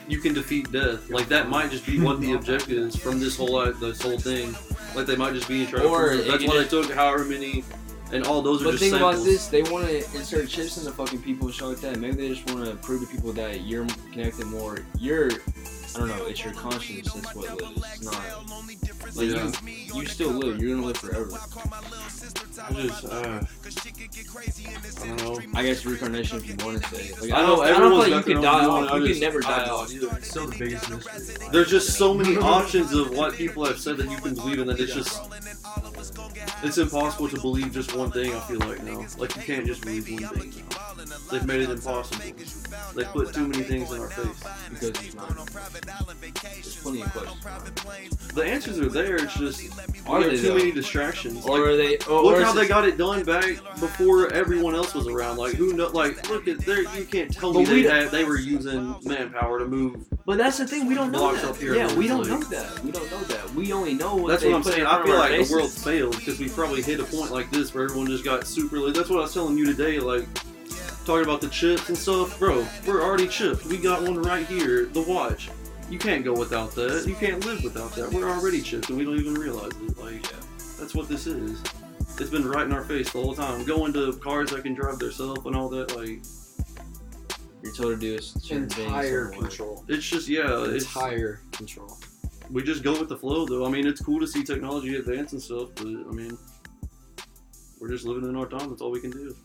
[SPEAKER 3] you can defeat death. Like that might just be what the objective is from this whole uh, this whole thing. Like they might just be trying
[SPEAKER 4] Or
[SPEAKER 3] to. prove it.
[SPEAKER 4] it
[SPEAKER 3] That's
[SPEAKER 4] could
[SPEAKER 3] why they took however many, and all those are
[SPEAKER 4] But
[SPEAKER 3] just
[SPEAKER 4] think
[SPEAKER 3] samples.
[SPEAKER 4] about this, they want to insert chips into fucking people and shit like that. Maybe they just want to prove to people that you're connected more. You're, I don't know, it's your conscience that's what lives. It's not. Like,
[SPEAKER 3] Yeah.
[SPEAKER 4] you, you still live. You're going to live forever.
[SPEAKER 3] I just, uh, I don't know.
[SPEAKER 4] I guess reincarnation if you want to say. it. Like,
[SPEAKER 3] I know
[SPEAKER 4] I don't
[SPEAKER 3] everyone's
[SPEAKER 4] feel
[SPEAKER 3] got
[SPEAKER 4] like you
[SPEAKER 3] their
[SPEAKER 4] could
[SPEAKER 3] own
[SPEAKER 4] die
[SPEAKER 3] view on
[SPEAKER 4] off.
[SPEAKER 3] it. I
[SPEAKER 4] You can
[SPEAKER 3] just-
[SPEAKER 4] never
[SPEAKER 3] I
[SPEAKER 4] die
[SPEAKER 3] just-
[SPEAKER 4] off. either.
[SPEAKER 5] It's still the biggest mystery.
[SPEAKER 3] There's just so many options of what people have said that you can believe in that it's just it's impossible to believe just one thing. I feel like now, like you can't just believe one thing. Now. They've made it impossible. They put too many things in our face.
[SPEAKER 4] because it's not. There's plenty of questions.
[SPEAKER 3] The answers are there. It's just
[SPEAKER 4] Are
[SPEAKER 3] there
[SPEAKER 4] they,
[SPEAKER 3] too
[SPEAKER 4] though?
[SPEAKER 3] many distractions.
[SPEAKER 4] Or
[SPEAKER 3] Like,
[SPEAKER 4] are they? Oh, or
[SPEAKER 3] look
[SPEAKER 4] is
[SPEAKER 3] how they
[SPEAKER 4] it-
[SPEAKER 3] got it done back before everyone else was around. Like who know? Like look at there. You can't tell me
[SPEAKER 4] But we
[SPEAKER 3] they,
[SPEAKER 4] don't-
[SPEAKER 3] had, they were using manpower to move.
[SPEAKER 4] But that's the thing. We don't know
[SPEAKER 3] Blocks
[SPEAKER 4] that.
[SPEAKER 3] up here,
[SPEAKER 4] yeah, we don't
[SPEAKER 3] like-
[SPEAKER 4] know that. We don't know that. We only know what
[SPEAKER 3] That's
[SPEAKER 4] they
[SPEAKER 3] what I'm
[SPEAKER 4] put
[SPEAKER 3] saying.
[SPEAKER 4] in
[SPEAKER 3] I
[SPEAKER 4] front
[SPEAKER 3] feel
[SPEAKER 4] of our
[SPEAKER 3] like the
[SPEAKER 4] faces.
[SPEAKER 3] world failed because we probably hit a point like this where everyone just got super. Late. That's what I was telling you today. Like talking about the chips and stuff, bro. We're already chipped. We got one right here. The watch. You can't go without that. You can't live without that. We're already chipped and we don't even realize it. Like that's what this is. It's been right in our face the whole time. Going to cars that can drive themselves and all that. Like
[SPEAKER 4] You're told to do is certain things.
[SPEAKER 2] Entire
[SPEAKER 4] certain way.
[SPEAKER 2] control.
[SPEAKER 3] it's just yeah. It's
[SPEAKER 2] Entire control.
[SPEAKER 3] we just go with the flow though. I mean, it's cool to see technology advance and stuff, but I mean, we're just living in our time. That's all we can do.